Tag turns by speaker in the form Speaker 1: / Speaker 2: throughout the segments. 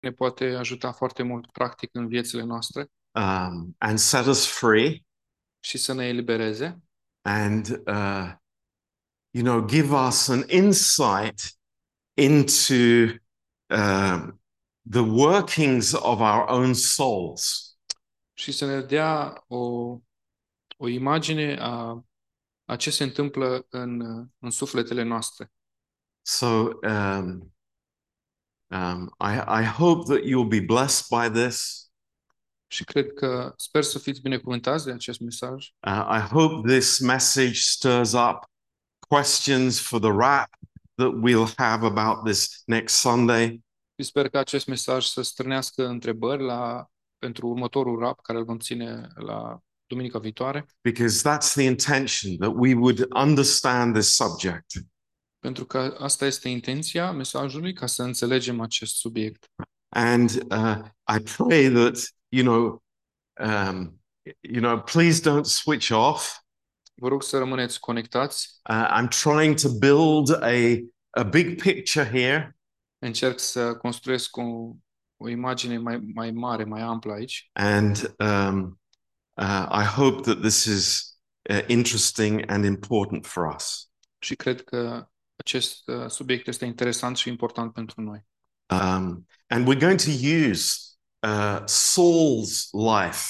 Speaker 1: ne poate ajuta foarte mult practic în viețile noastre
Speaker 2: um, and set us free
Speaker 1: și să ne elibereze
Speaker 2: and, uh, you know, give us an insight into uh, the workings of our own souls.
Speaker 1: și să ne dea o, o imagine a, a ce se întâmplă în, în sufletele noastre.
Speaker 2: So um, um, I, I hope that you'll be blessed by this.
Speaker 1: Și cred că sper să fiți binecuvântați de acest mesaj.
Speaker 2: Uh, I hope this message stirs up questions for the wrap that we'll have about this next Sunday.
Speaker 1: Și sper că acest mesaj să strânească întrebări la, pentru următorul rap care îl vom ține la duminica viitoare,
Speaker 2: because that's the intention that we would understand this subject.
Speaker 1: pentru că asta este intenția mesajului ca să înțelegem acest subiect.
Speaker 2: And uh, I pray that you know, um, you know, please don't switch off.
Speaker 1: Vă rog să rămâneți conectați.
Speaker 2: Uh, I'm trying to build a a big picture here,
Speaker 1: Încerc să construiesc o, o imagine mai, mai mare, mai amplă aici
Speaker 2: and um, uh, I hope that this is uh, interesting and important for us.
Speaker 1: și cred că acest uh, subiect este interesant și important pentru noi.
Speaker 2: Um, and we're going to use uh, Saul's life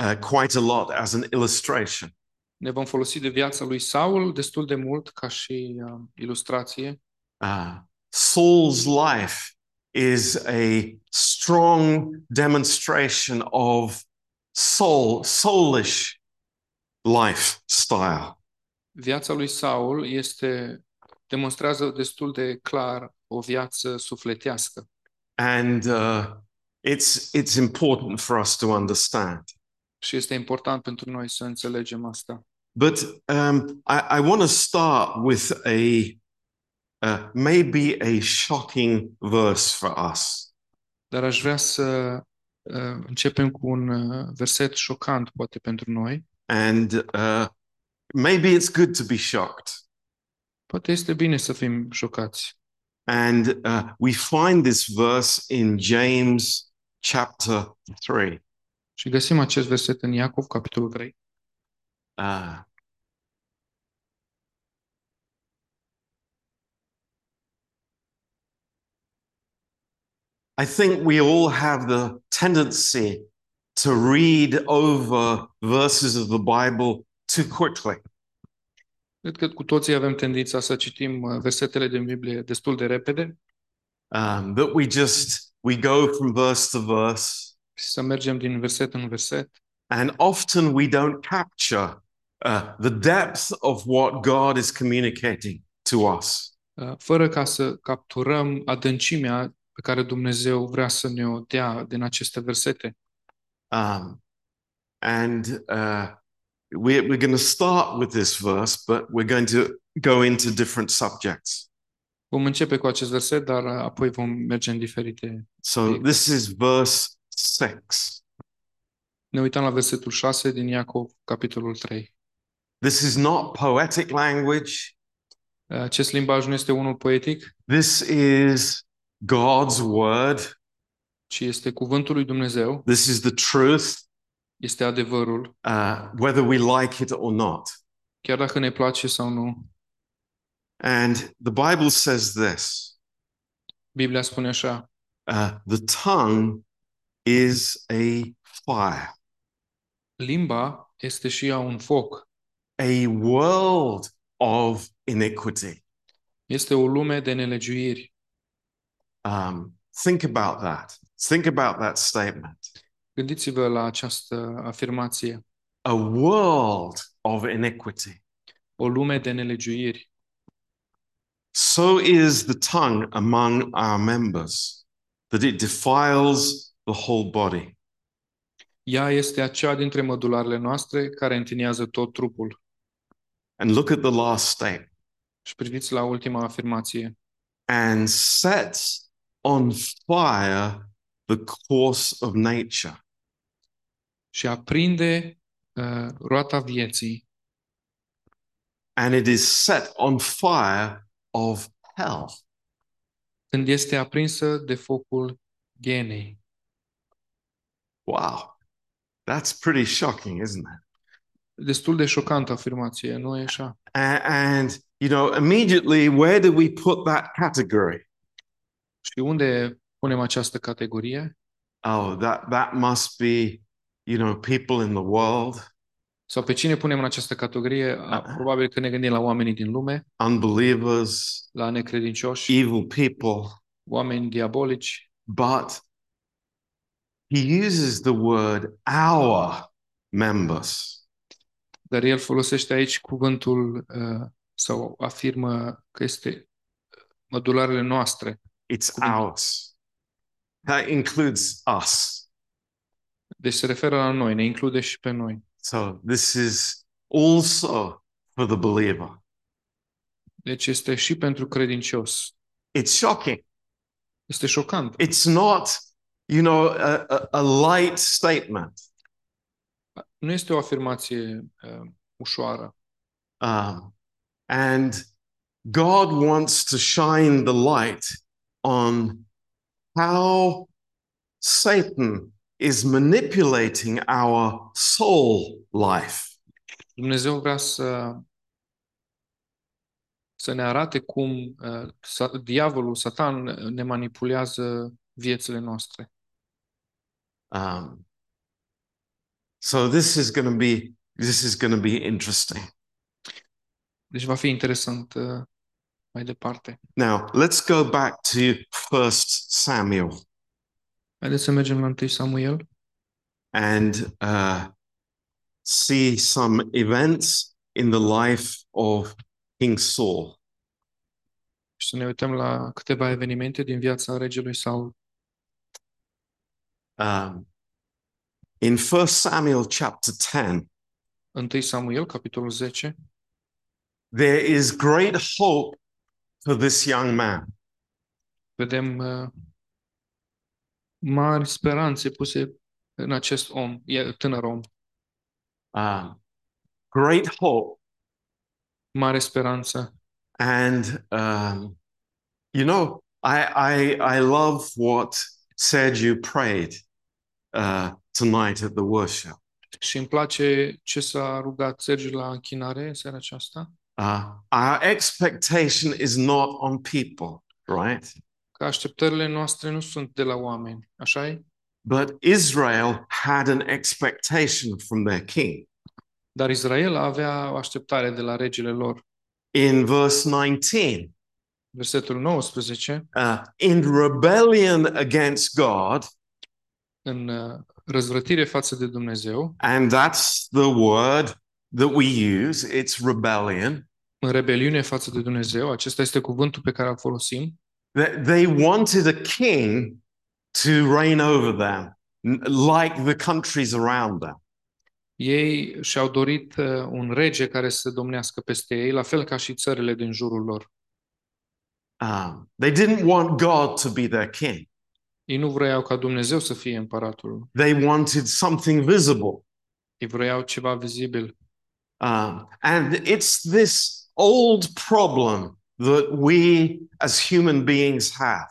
Speaker 2: uh, quite a lot as an illustration.
Speaker 1: Ne vom folosi de viața lui Saul destul de mult ca și uh, ilustrație.
Speaker 2: Uh, Saul's life is a strong demonstration of soul, soulish lifestyle.
Speaker 1: Viața lui Saul este demonstrează destul de clar o viață sufletească
Speaker 2: And uh, it's, it's important for us to understand.
Speaker 1: și este important pentru noi să înțelegem asta.
Speaker 2: But um, I, I want to start with a uh, maybe a shocking verse for us.
Speaker 1: Dar aș vrea să uh, începem cu un uh, verset șocant poate pentru noi.
Speaker 2: And uh, maybe it's good to be shocked.
Speaker 1: Poate este bine să fim șocați.
Speaker 2: And uh, we find this verse in James chapter 3.
Speaker 1: Și găsim acest verset în Iacov, capitolul 3.
Speaker 2: Uh, I think we all have the tendency to read over verses of the Bible too quickly.
Speaker 1: Cred că cu toții avem tendința să citim uh, versetele din Biblie destul de repede
Speaker 2: Um, that we just we go from verse to verse,
Speaker 1: și să mergem din verset în verset.
Speaker 2: and often we don't capture uh, the depth of what God is communicating to us.
Speaker 1: uh, fără ca să capturăm adâncimea pe care Dumnezeu vrea să ne o dea din aceste versete.
Speaker 2: Um, and uh, we're, we're going to start with this verse, but we're going to go into different subjects.
Speaker 1: Vom începe cu acest verset, dar uh, apoi vom merge în diferite.
Speaker 2: So this is verse six.
Speaker 1: Ne uităm la versetul 6 din Iacov, capitolul 3.
Speaker 2: This is not poetic language.
Speaker 1: Uh, Acest limbaj nu este unul poetic,
Speaker 2: This is God's word.
Speaker 1: ci este cuvântul lui Dumnezeu,
Speaker 2: This is the truth,
Speaker 1: este adevărul,
Speaker 2: uh, whether we like it or not.
Speaker 1: chiar dacă ne place sau nu.
Speaker 2: And the Bible says this
Speaker 1: Biblia spune așa,
Speaker 2: uh, the tongue is a fire.
Speaker 1: limba este și ea un foc,
Speaker 2: a world of iniquity.
Speaker 1: este o lume de nelegiuiri.
Speaker 2: Um, think about that. Think about that statement.
Speaker 1: Gândiți-vă la această afirmație,
Speaker 2: A world of iniquity.
Speaker 1: o lume de nelegiuiri.
Speaker 2: So is the tongue among our members, that it defiles the whole body.
Speaker 1: Ea este aceea dintre mădularele noastre care întinează tot trupul.
Speaker 2: And look at the last statement
Speaker 1: Și priviți la ultima afirmație.
Speaker 2: and sets on fire the course of nature.
Speaker 1: Și aprinde uh, roata vieții
Speaker 2: And it is set on fire of hell.
Speaker 1: când este aprinsă de focul genei.
Speaker 2: Wow. That's pretty shocking, isn't it?
Speaker 1: Destul de șocantă afirmație, nu e așa?
Speaker 2: A- And, you know, immediately, where do we put that category?
Speaker 1: Și unde punem această categorie?
Speaker 2: Oh, that, that must be, you know, people in the world,
Speaker 1: Sau pe cine punem în această categorie? A,
Speaker 2: Ah.
Speaker 1: Probabil că ne gândim la oamenii din lume,
Speaker 2: unbelievers,
Speaker 1: la necredincioși,
Speaker 2: evil people.
Speaker 1: oameni diabolici,
Speaker 2: But he uses the word our members.
Speaker 1: dar el folosește aici cuvântul uh, sau afirmă că este uh, mădularele noastre.
Speaker 2: It's
Speaker 1: Cool.
Speaker 2: ours. That includes us.
Speaker 1: Deci se referă la noi, ne include și pe noi.
Speaker 2: So this is also for the believer.
Speaker 1: Deci este și pentru credincios.
Speaker 2: It's shocking.
Speaker 1: Este șocant.
Speaker 2: It's not, you know, a, a, a light statement.
Speaker 1: Nu este o afirmație uh, ușoară.
Speaker 2: Um, and God wants to shine the light on how Satan is manipulating our soul life.
Speaker 1: Dumnezeu vrea să să ne arate cum uh, sa, diavolul, satan, ne manipulează viețile noastre.
Speaker 2: Um, so this is going to be this is going to be interesting.
Speaker 1: Deci va fi interesant uh, mai departe.
Speaker 2: Now let's go back to First Samuel.
Speaker 1: Haideți să mergem la 1 Samuel
Speaker 2: and uh, see some events in the life of King Saul.
Speaker 1: și să ne uităm la câteva evenimente din viața regelui Saul.
Speaker 2: Um, in 1 Samuel chapter 10,
Speaker 1: 1 Samuel, capitolul 10,
Speaker 2: there is great hope for this young man.
Speaker 1: vedem uh, mari speranțe puse în acest om, e- tânăr om.
Speaker 2: Um, great hope.
Speaker 1: Mare speranță.
Speaker 2: And, um, you know, I, I, I love what Sergio prayed uh, tonight at the worship.
Speaker 1: Și îmi place ce s-a rugat Sergiu la închinare în seara aceasta,
Speaker 2: Uh, our expectation is not on people, right?
Speaker 1: că așteptările noastre nu sunt de la oameni, așa e?
Speaker 2: But Israel had an expectation from their king.
Speaker 1: Dar Israel avea o așteptare de la regele lor.
Speaker 2: In verse 19,
Speaker 1: Versetul 19,
Speaker 2: uh, in rebellion against God,
Speaker 1: în uh, răzvrătire față de Dumnezeu,
Speaker 2: and that's the word that we use, it's rebellion,
Speaker 1: în rebeliune față de Dumnezeu, acesta este cuvântul pe care îl folosim,
Speaker 2: that they wanted a king to reign over them, n- like the countries around them.
Speaker 1: ei și-au dorit uh, un rege care să domnească peste ei, la fel ca și țările din jurul lor.
Speaker 2: Um, they didn't want God to be their king,
Speaker 1: Ei nu vroiau ca Dumnezeu să fie împăratul,
Speaker 2: they wanted something visible.
Speaker 1: ei vroiau ceva vizibil.
Speaker 2: Um, and it's this old problem that we as human beings have.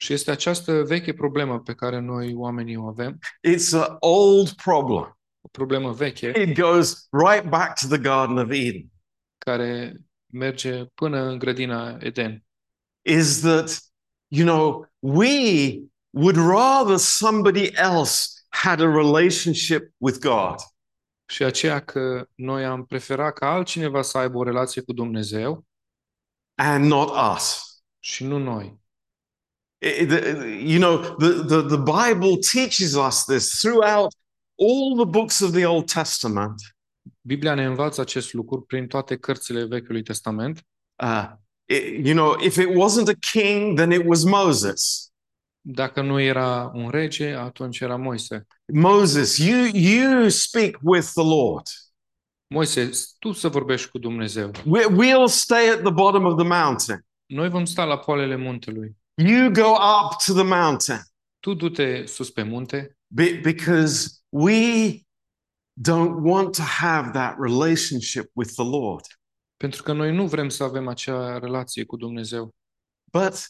Speaker 1: Și este această veche problemă pe care noi oamenii o avem,
Speaker 2: It's an old problem.
Speaker 1: o problemă veche
Speaker 2: It goes right back to the Garden of Eden.
Speaker 1: care merge până în grădina Eden.
Speaker 2: Is that, you know, we would rather somebody else had a relationship with God.
Speaker 1: Și aceea că noi am preferat ca altcineva să aibă o relație cu Dumnezeu
Speaker 2: And not us.
Speaker 1: și nu noi.
Speaker 2: It- it- you know, the, the, the Bible teaches us this throughout all the books of the Old Testament.
Speaker 1: Biblia ne învață acest lucru prin toate cărțile Vechiului Testament.
Speaker 2: Uh, it- you know, if it wasn't a king, then it was Moses.
Speaker 1: Dacă nu era un rege, atunci era Moise.
Speaker 2: Moses, you you speak with the Lord.
Speaker 1: Moise, tu să vorbești cu Dumnezeu.
Speaker 2: We, we'll stay at the bottom of the mountain.
Speaker 1: Noi vom sta la poalele muntelui.
Speaker 2: You go up to the mountain
Speaker 1: Tu du-te sus pe munte,
Speaker 2: be- because we don't want to have that relationship with the Lord.
Speaker 1: pentru că noi nu vrem să avem acea relație cu Dumnezeu.
Speaker 2: But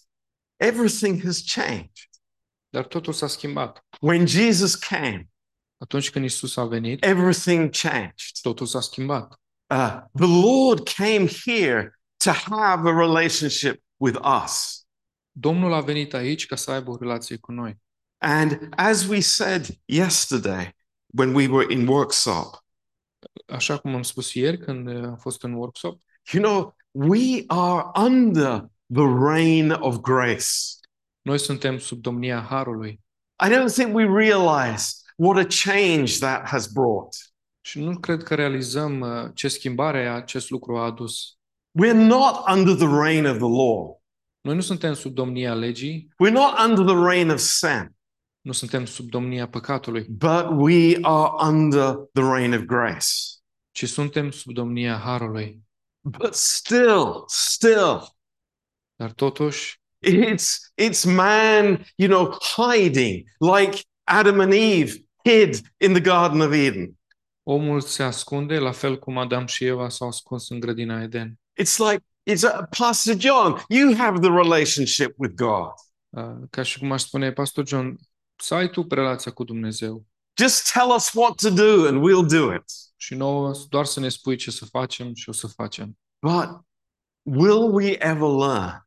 Speaker 2: everything has changed.
Speaker 1: Dar totul s-a schimbat.
Speaker 2: When Jesus came,
Speaker 1: Atunci când Isus a venit,
Speaker 2: everything changed.
Speaker 1: totul s-a schimbat.
Speaker 2: Uh, the Lord came here to have a relationship with us.
Speaker 1: Domnul a venit aici ca să aibă o relație cu noi.
Speaker 2: And as we said yesterday when we were in workshop,
Speaker 1: Așa cum am spus ieri când uh, am fost în workshop,
Speaker 2: you know, we are under the reign of grace.
Speaker 1: noi suntem sub domnia Harului
Speaker 2: I don't think we realize what a change that has brought.
Speaker 1: și nu cred că realizăm uh, ce schimbare acest lucru a adus.
Speaker 2: We're not under the reign of the law.
Speaker 1: Noi nu suntem sub domnia legii,
Speaker 2: We're not under the reign of sin,
Speaker 1: nu suntem sub domnia păcatului,
Speaker 2: but we are under the reign of grace.
Speaker 1: ci suntem sub domnia Harului.
Speaker 2: But still, still,
Speaker 1: Dar totuși,
Speaker 2: it's it's man, you know, hiding like Adam and Eve hid in the Garden of Eden.
Speaker 1: omul se ascunde, la fel cum Adam și Eva s-au ascuns în grădina Eden.
Speaker 2: It's like it's uh, Pastor John. You have the relationship with God.
Speaker 1: Uh, Ca și cum aș spune, Pastor John, să ai tu relația cu Dumnezeu
Speaker 2: Just tell us what to do, and we'll do it.
Speaker 1: și nouă doar să ne spui ce să facem și o să facem.
Speaker 2: But will we ever learn?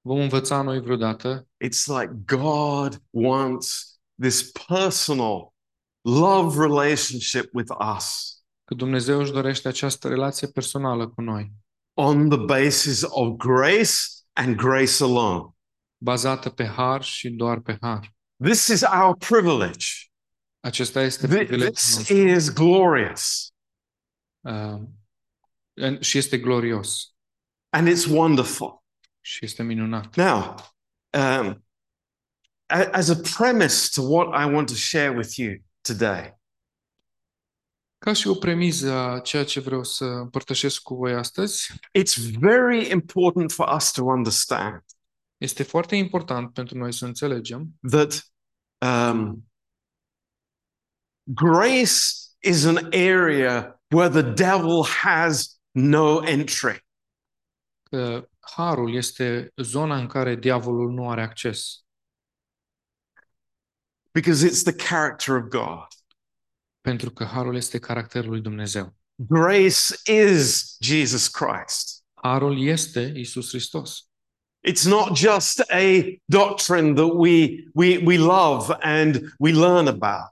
Speaker 1: Vom învăța noi vreodată
Speaker 2: It's like God wants this personal love relationship with us
Speaker 1: că Dumnezeu își dorește această relație personală cu noi,
Speaker 2: on the basis of grace and grace alone.
Speaker 1: bazată pe har și doar pe har.
Speaker 2: This is our privilege.
Speaker 1: Acesta
Speaker 2: Thi-
Speaker 1: este privilegiul
Speaker 2: This
Speaker 1: nostru
Speaker 2: is glorious
Speaker 1: uh, în- și este glorios
Speaker 2: and it's wonderful.
Speaker 1: și este minunat.
Speaker 2: Now, um, a- as a premise to what I want to share with you today,
Speaker 1: Ca și o premiză a ceea ce vreau să împărtășesc cu voi astăzi,
Speaker 2: it's very important for us to understand
Speaker 1: este foarte important pentru noi să înțelegem
Speaker 2: that um, grace is an area where the devil has no entry.
Speaker 1: că harul este zona în care diavolul nu are acces,
Speaker 2: Because it's the character of God.
Speaker 1: pentru că harul este caracterul lui Dumnezeu.
Speaker 2: Grace is Jesus Christ.
Speaker 1: Harul este Isus Hristos.
Speaker 2: It's not just a doctrine that we, we, we love and we learn about,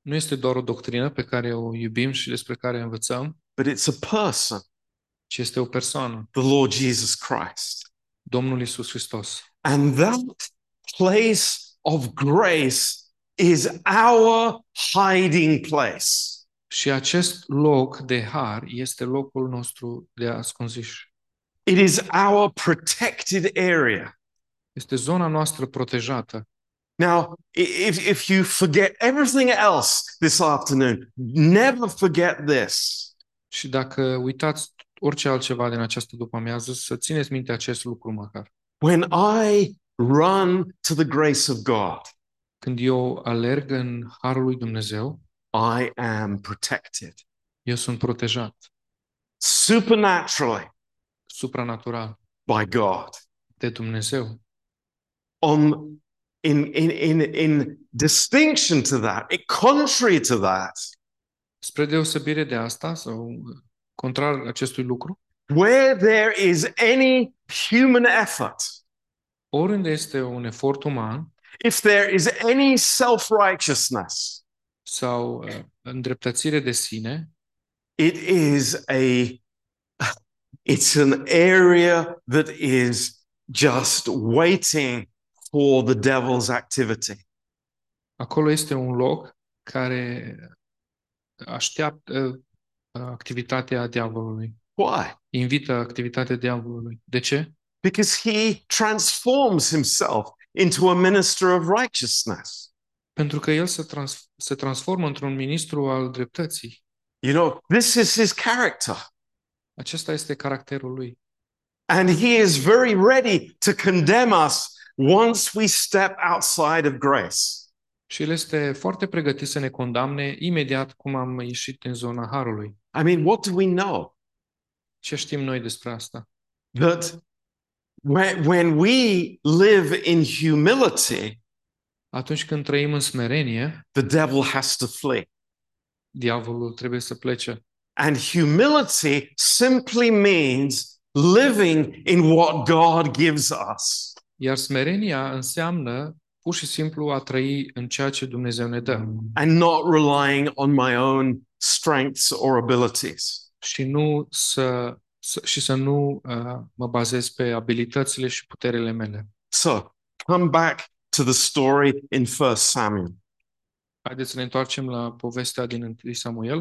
Speaker 1: Nu este doar o doctrină pe care o iubim și despre care învățăm,
Speaker 2: but it's a person,
Speaker 1: ci este o persoană,
Speaker 2: the Lord Jesus Christ.
Speaker 1: Domnul Isus Hristos.
Speaker 2: And that place of grace is our hiding place.
Speaker 1: Și acest loc de har este locul nostru de ascunziș.
Speaker 2: It is our protected area.
Speaker 1: Este zona noastră protejată.
Speaker 2: Now, i- if, if you forget everything else this afternoon, never forget this.
Speaker 1: Și dacă uitați orice altceva din această după-amiază, să țineți minte acest lucru măcar.
Speaker 2: When I run to the grace of God,
Speaker 1: Când eu alerg în harul lui Dumnezeu,
Speaker 2: I am protected
Speaker 1: eu sunt protejat
Speaker 2: supernaturally
Speaker 1: supranatural
Speaker 2: by God.
Speaker 1: de Dumnezeu.
Speaker 2: On in in in in distinction to that, it contrary to that,
Speaker 1: Spre deosebire de asta, sau contrar acestui lucru,
Speaker 2: where there is any human effort,
Speaker 1: oriunde este un efort uman
Speaker 2: if there is any self-righteousness,
Speaker 1: sau uh, îndreptățire de sine,
Speaker 2: it is a it's an area that is just waiting for the devil's activity
Speaker 1: acolo este un loc care așteaptă uh, activitatea diavolului,
Speaker 2: why
Speaker 1: invită activitatea diavolului. De ce?
Speaker 2: because he transforms himself into a minister of righteousness
Speaker 1: Pentru că el se, trans- se transformă într-un ministru al dreptății.
Speaker 2: you know this is his character
Speaker 1: Acesta este caracterul lui.
Speaker 2: and he is very ready to condemn us once we step outside of grace
Speaker 1: Și el este foarte pregătit să ne condamne imediat cum am ieșit din zona harului.
Speaker 2: i mean what do we know
Speaker 1: Ce știm noi despre asta?
Speaker 2: that when, when we live in humility
Speaker 1: Atunci când trăim în smerenie,
Speaker 2: the devil has to flee.
Speaker 1: diavolul trebuie să plece.
Speaker 2: And humility simply means living in what God gives us.
Speaker 1: Iar smerenia înseamnă pur și simplu a trăi în ceea ce Dumnezeu ne dă
Speaker 2: and not relying on my own strengths or abilities.
Speaker 1: și nu să, să și să nu uh, mă bazez pe abilitățile și puterile mele.
Speaker 2: So come back to the story in First Samuel.
Speaker 1: Haideți să ne întoarcem la povestea din 1 Samuel.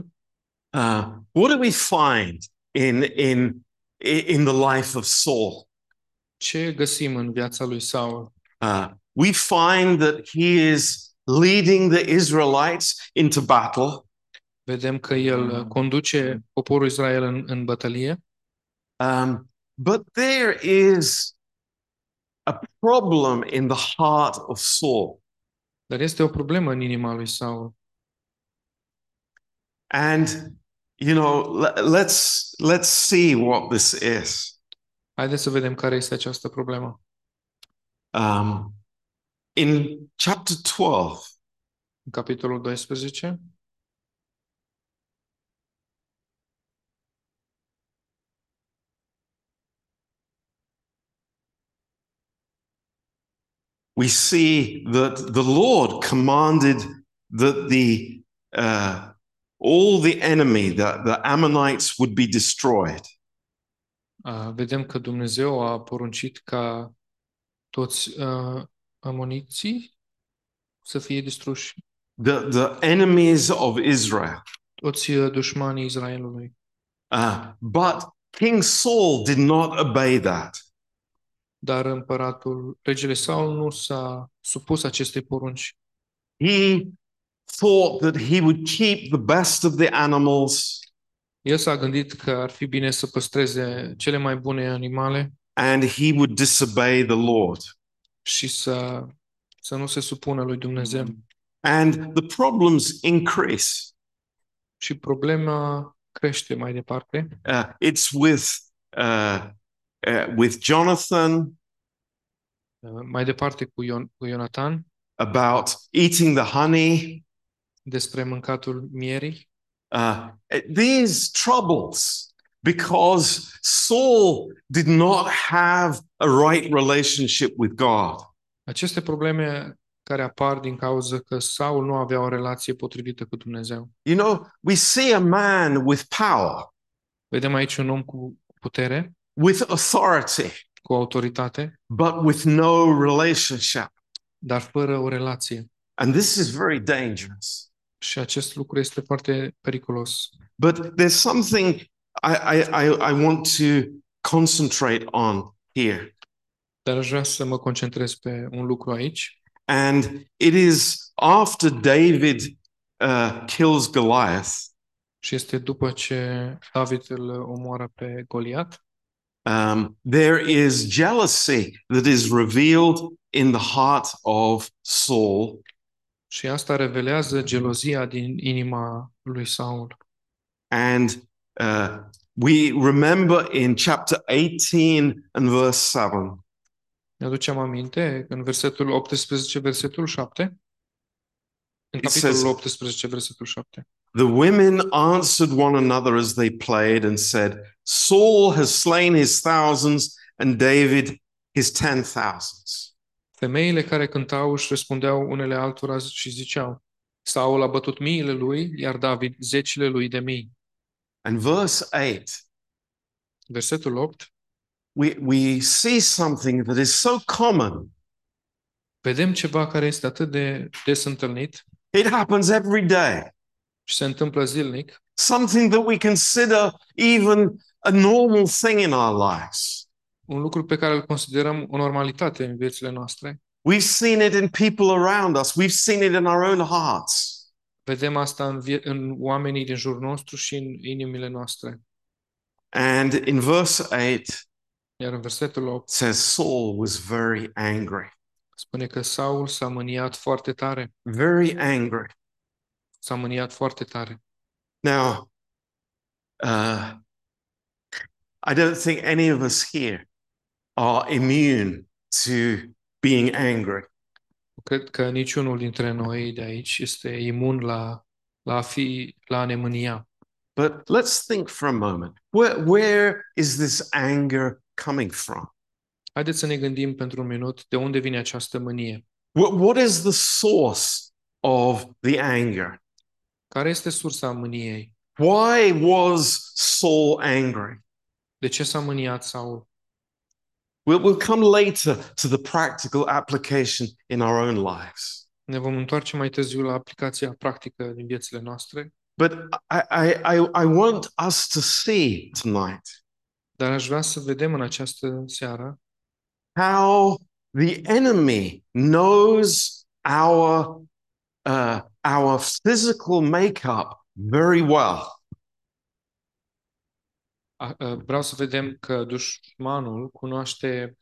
Speaker 2: Uh, what do we find in in in the life of Saul?
Speaker 1: Ce găsim în viața lui Saul?
Speaker 2: Uh, we find that he is leading the Israelites into battle.
Speaker 1: Vedem că el uh, conduce poporul Israel în, în bătălie,
Speaker 2: Um, but there is a problem in the heart of Saul.
Speaker 1: dar este o problemă în inima lui Saul.
Speaker 2: And you know, le- let's let's see what this is.
Speaker 1: Haideți să vedem care este această problemă.
Speaker 2: Um, in chapter twelve,
Speaker 1: În capitolul 12,
Speaker 2: we see that the Lord commanded that the uh, all the enemy, that the Ammonites, would be destroyed.
Speaker 1: uh, vedem că Dumnezeu a poruncit ca toți uh, amoniții să fie distruși,
Speaker 2: The the enemies of Israel.
Speaker 1: toți uh, dușmanii Israelului.
Speaker 2: Uh, but King Saul did not obey that.
Speaker 1: Dar împăratul, regele Saul nu s-a supus acestei porunci.
Speaker 2: He thought that he would keep the best of the animals.
Speaker 1: El s-a gândit că ar fi bine să păstreze cele mai bune animale
Speaker 2: and he would disobey the Lord.
Speaker 1: și să, să nu se supună lui Dumnezeu.
Speaker 2: And the problems increase.
Speaker 1: Și problema crește mai departe.
Speaker 2: Uh, it's with uh, uh, with Jonathan
Speaker 1: Uh, Mai departe cu, Ion, cu Ionatan
Speaker 2: about eating the honey.
Speaker 1: despre mâncatul mierii.
Speaker 2: Uh, these troubles because Saul did not have a right relationship with God.
Speaker 1: Aceste probleme care apar din cauza că Saul nu avea o relație potrivită cu Dumnezeu.
Speaker 2: You know, we see a man with power,
Speaker 1: Vedem aici un om cu putere,
Speaker 2: with authority,
Speaker 1: cu autoritate,
Speaker 2: but with no relationship,
Speaker 1: dar fără o relație.
Speaker 2: and this is very dangerous.
Speaker 1: Și acest lucru este foarte periculos.
Speaker 2: But there's something I, I, I, I want to concentrate on here.
Speaker 1: Dar aș vrea să mă concentrez pe un lucru aici.
Speaker 2: And it is after David uh, kills Goliath,
Speaker 1: Și este după ce David îl omoară pe Goliat,
Speaker 2: um, there is jealousy that is revealed in the heart of Saul.
Speaker 1: și asta revelează gelozia din inima lui Saul.
Speaker 2: And uh, we remember in chapter 18 and verse 7
Speaker 1: Ne aducem aminte în versetul 18, versetul 7. În
Speaker 2: It says-
Speaker 1: capitolul 18, versetul 7.
Speaker 2: the women answered one another as they played and said, Saul has slain his thousands and David his ten thousands.
Speaker 1: Femeile care cântau își răspundeau unele altora și ziceau, Saul a bătut miile lui, iar David zecile lui de mii.
Speaker 2: And verse 8,
Speaker 1: Versetul 8.
Speaker 2: we, we see something that is so common.
Speaker 1: Vedem ceva care este atât de des întâlnit
Speaker 2: It happens every day,
Speaker 1: și se întâmplă zilnic,
Speaker 2: something that we consider even a normal thing in our lives.
Speaker 1: un lucru pe care îl considerăm o normalitate în viețile noastre.
Speaker 2: We've seen it in people around us, we've seen it in our own hearts.
Speaker 1: Vedem asta în, vie- în oamenii din jurul nostru și în inimile noastre.
Speaker 2: And in verse 8, it
Speaker 1: Iar în versetul 8
Speaker 2: says, Saul was very angry.
Speaker 1: spune că Saul s-a mâniat foarte tare,
Speaker 2: very angry.
Speaker 1: s-a mâniat foarte tare.
Speaker 2: Now, uh, I don't think any of us here are immune to being angry.
Speaker 1: Cred că niciunul dintre noi de aici este imun la, la a fi, la a ne mânia.
Speaker 2: But let's think for a moment. Where, where is this anger coming from?
Speaker 1: Haideți să ne gândim pentru un minut de unde vine această mânie.
Speaker 2: What, what is the source of the anger?
Speaker 1: Care este sursa mâniei?
Speaker 2: Why was Saul angry?
Speaker 1: De ce s-a mâniat Saul?
Speaker 2: We'll, we'll come later to the practical application in our own lives.
Speaker 1: Ne vom întoarce mai târziu la aplicația practică din viețile noastre,
Speaker 2: But I, I, I, I want us to see tonight
Speaker 1: dar aș vrea să vedem în această seară
Speaker 2: how the enemy knows our, uh, our physical makeup very well.
Speaker 1: A- a, Vreau să vedem că dușmanul cunoaște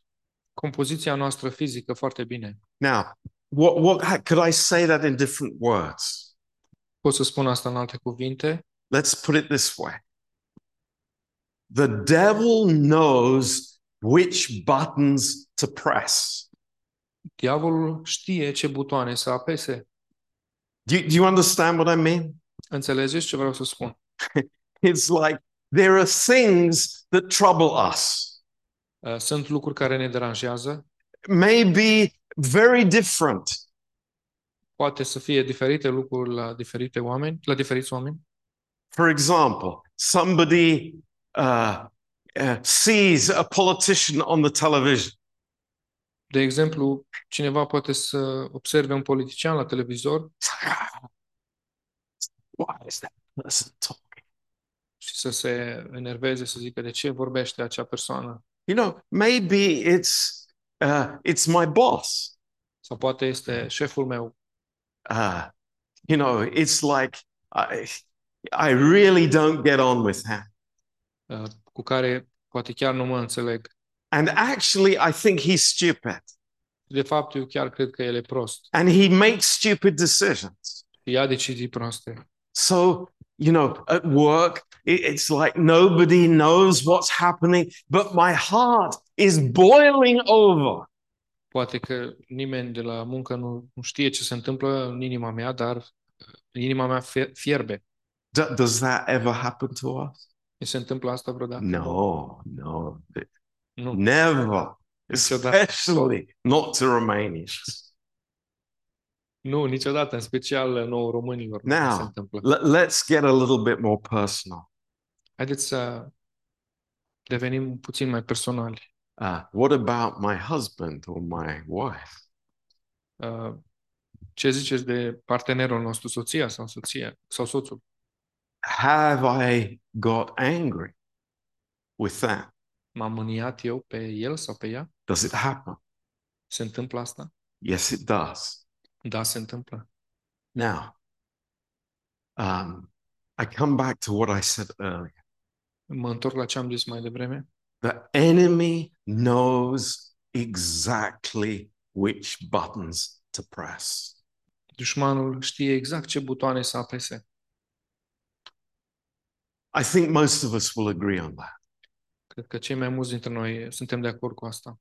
Speaker 1: compoziția noastră fizică foarte bine.
Speaker 2: Now, what, what how- could I say that in different words?
Speaker 1: Pot să spun asta în alte cuvinte.
Speaker 2: Let's put it this way The devil knows which buttons to press.
Speaker 1: Diavolul știe ce butoane să apese.
Speaker 2: Do, do you understand what I mean?
Speaker 1: Înțelegeți ce vreau să spun?
Speaker 2: It's like there are things that trouble us,
Speaker 1: Uh, Sunt lucruri care ne deranjează,
Speaker 2: maybe very different,
Speaker 1: poate să fie diferite lucruri la diferite oameni, la diferiți oameni.
Speaker 2: For example, somebody uh, uh, sees a politician on the television
Speaker 1: De exemplu, cineva poate să observe un politician la televizor
Speaker 2: It's like, "Ah, Why is that person talking?
Speaker 1: și să se enerveze, să zică de ce vorbește acea persoană.
Speaker 2: You know, maybe it's uh, it's my boss.
Speaker 1: Sau poate este șeful meu.
Speaker 2: Uh, you know, it's like I I really don't get on with him.
Speaker 1: uh, cu care poate chiar nu mă înțeleg.
Speaker 2: And actually, I think he's stupid,
Speaker 1: De fapt, eu chiar cred că el e prost.
Speaker 2: and he makes stupid decisions.
Speaker 1: Ia decizii proaste.
Speaker 2: So, you know, at work, it- it's like nobody knows what's happening, but my heart is boiling over.
Speaker 1: Poate că nimeni de la muncă nu, nu știe ce se întâmplă în inima mea, dar uh, inima mea fie- fierbe.
Speaker 2: Do- does that ever happen to us?
Speaker 1: Mi se întâmplă asta vreodată?
Speaker 2: No, no, it-
Speaker 1: Nu.
Speaker 2: never.
Speaker 1: Niciodată.
Speaker 2: Especially not to Romanians.
Speaker 1: Nu, niciodată, în special uh, nouă românilor. nu
Speaker 2: Now.
Speaker 1: Se întâmplă.
Speaker 2: Let- let's get a little bit more personal.
Speaker 1: Haideți să devenim puțin mai personali.
Speaker 2: Uh, what about my husband or my wife?
Speaker 1: Uh, Ce ziceți de partenerul nostru, soția sau soție sau soțul?
Speaker 2: Have I got angry with that?
Speaker 1: M-am mâniat eu pe el sau pe ea?
Speaker 2: Does it happen?
Speaker 1: Se întâmplă asta?
Speaker 2: Yes, it does.
Speaker 1: Da, se întâmplă.
Speaker 2: Now, um, I come back to what I said earlier.
Speaker 1: Mă întorc la ce am zis mai devreme.
Speaker 2: The enemy knows exactly which buttons to press.
Speaker 1: Dușmanul știe exact ce butoane să apese.
Speaker 2: I think most of us will agree on that.
Speaker 1: Cred că cei mai mulți dintre noi suntem de acord cu asta.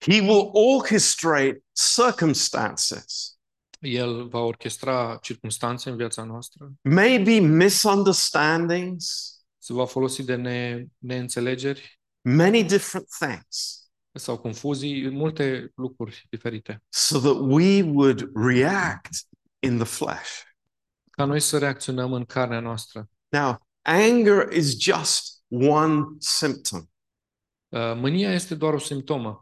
Speaker 2: He will orchestrate circumstances,
Speaker 1: El va orchestra circumstanțe în viața noastră,
Speaker 2: maybe misunderstandings,
Speaker 1: se va folosi de ne, neînțelegeri
Speaker 2: many different things,
Speaker 1: sau confuzii, multe lucruri diferite,
Speaker 2: so that we would react in the flesh.
Speaker 1: ca noi să reacționăm în carnea noastră.
Speaker 2: Now, anger is just one symptom.
Speaker 1: Uh, Mânia este doar o simptomă,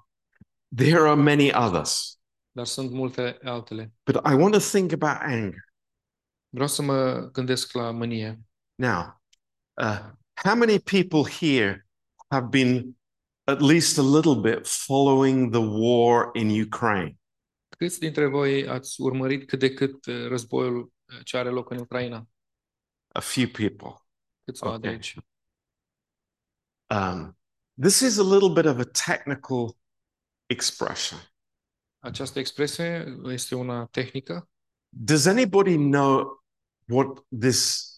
Speaker 2: There are many others,
Speaker 1: dar sunt multe altele.
Speaker 2: but I want to think about anger.
Speaker 1: Vreau să mă gândesc la mânie.
Speaker 2: Now, uh, how many people here have been at least a little bit following the war in Ukraine?
Speaker 1: Câți dintre voi ați urmărit cât de cât uh, războiul uh, ce are loc în Ucraina?
Speaker 2: A few people.
Speaker 1: Câțiva
Speaker 2: Ok.
Speaker 1: de aici.
Speaker 2: Um, this is a little bit of a technical expression.
Speaker 1: Această expresie este una tehnică.
Speaker 2: Does anybody know what this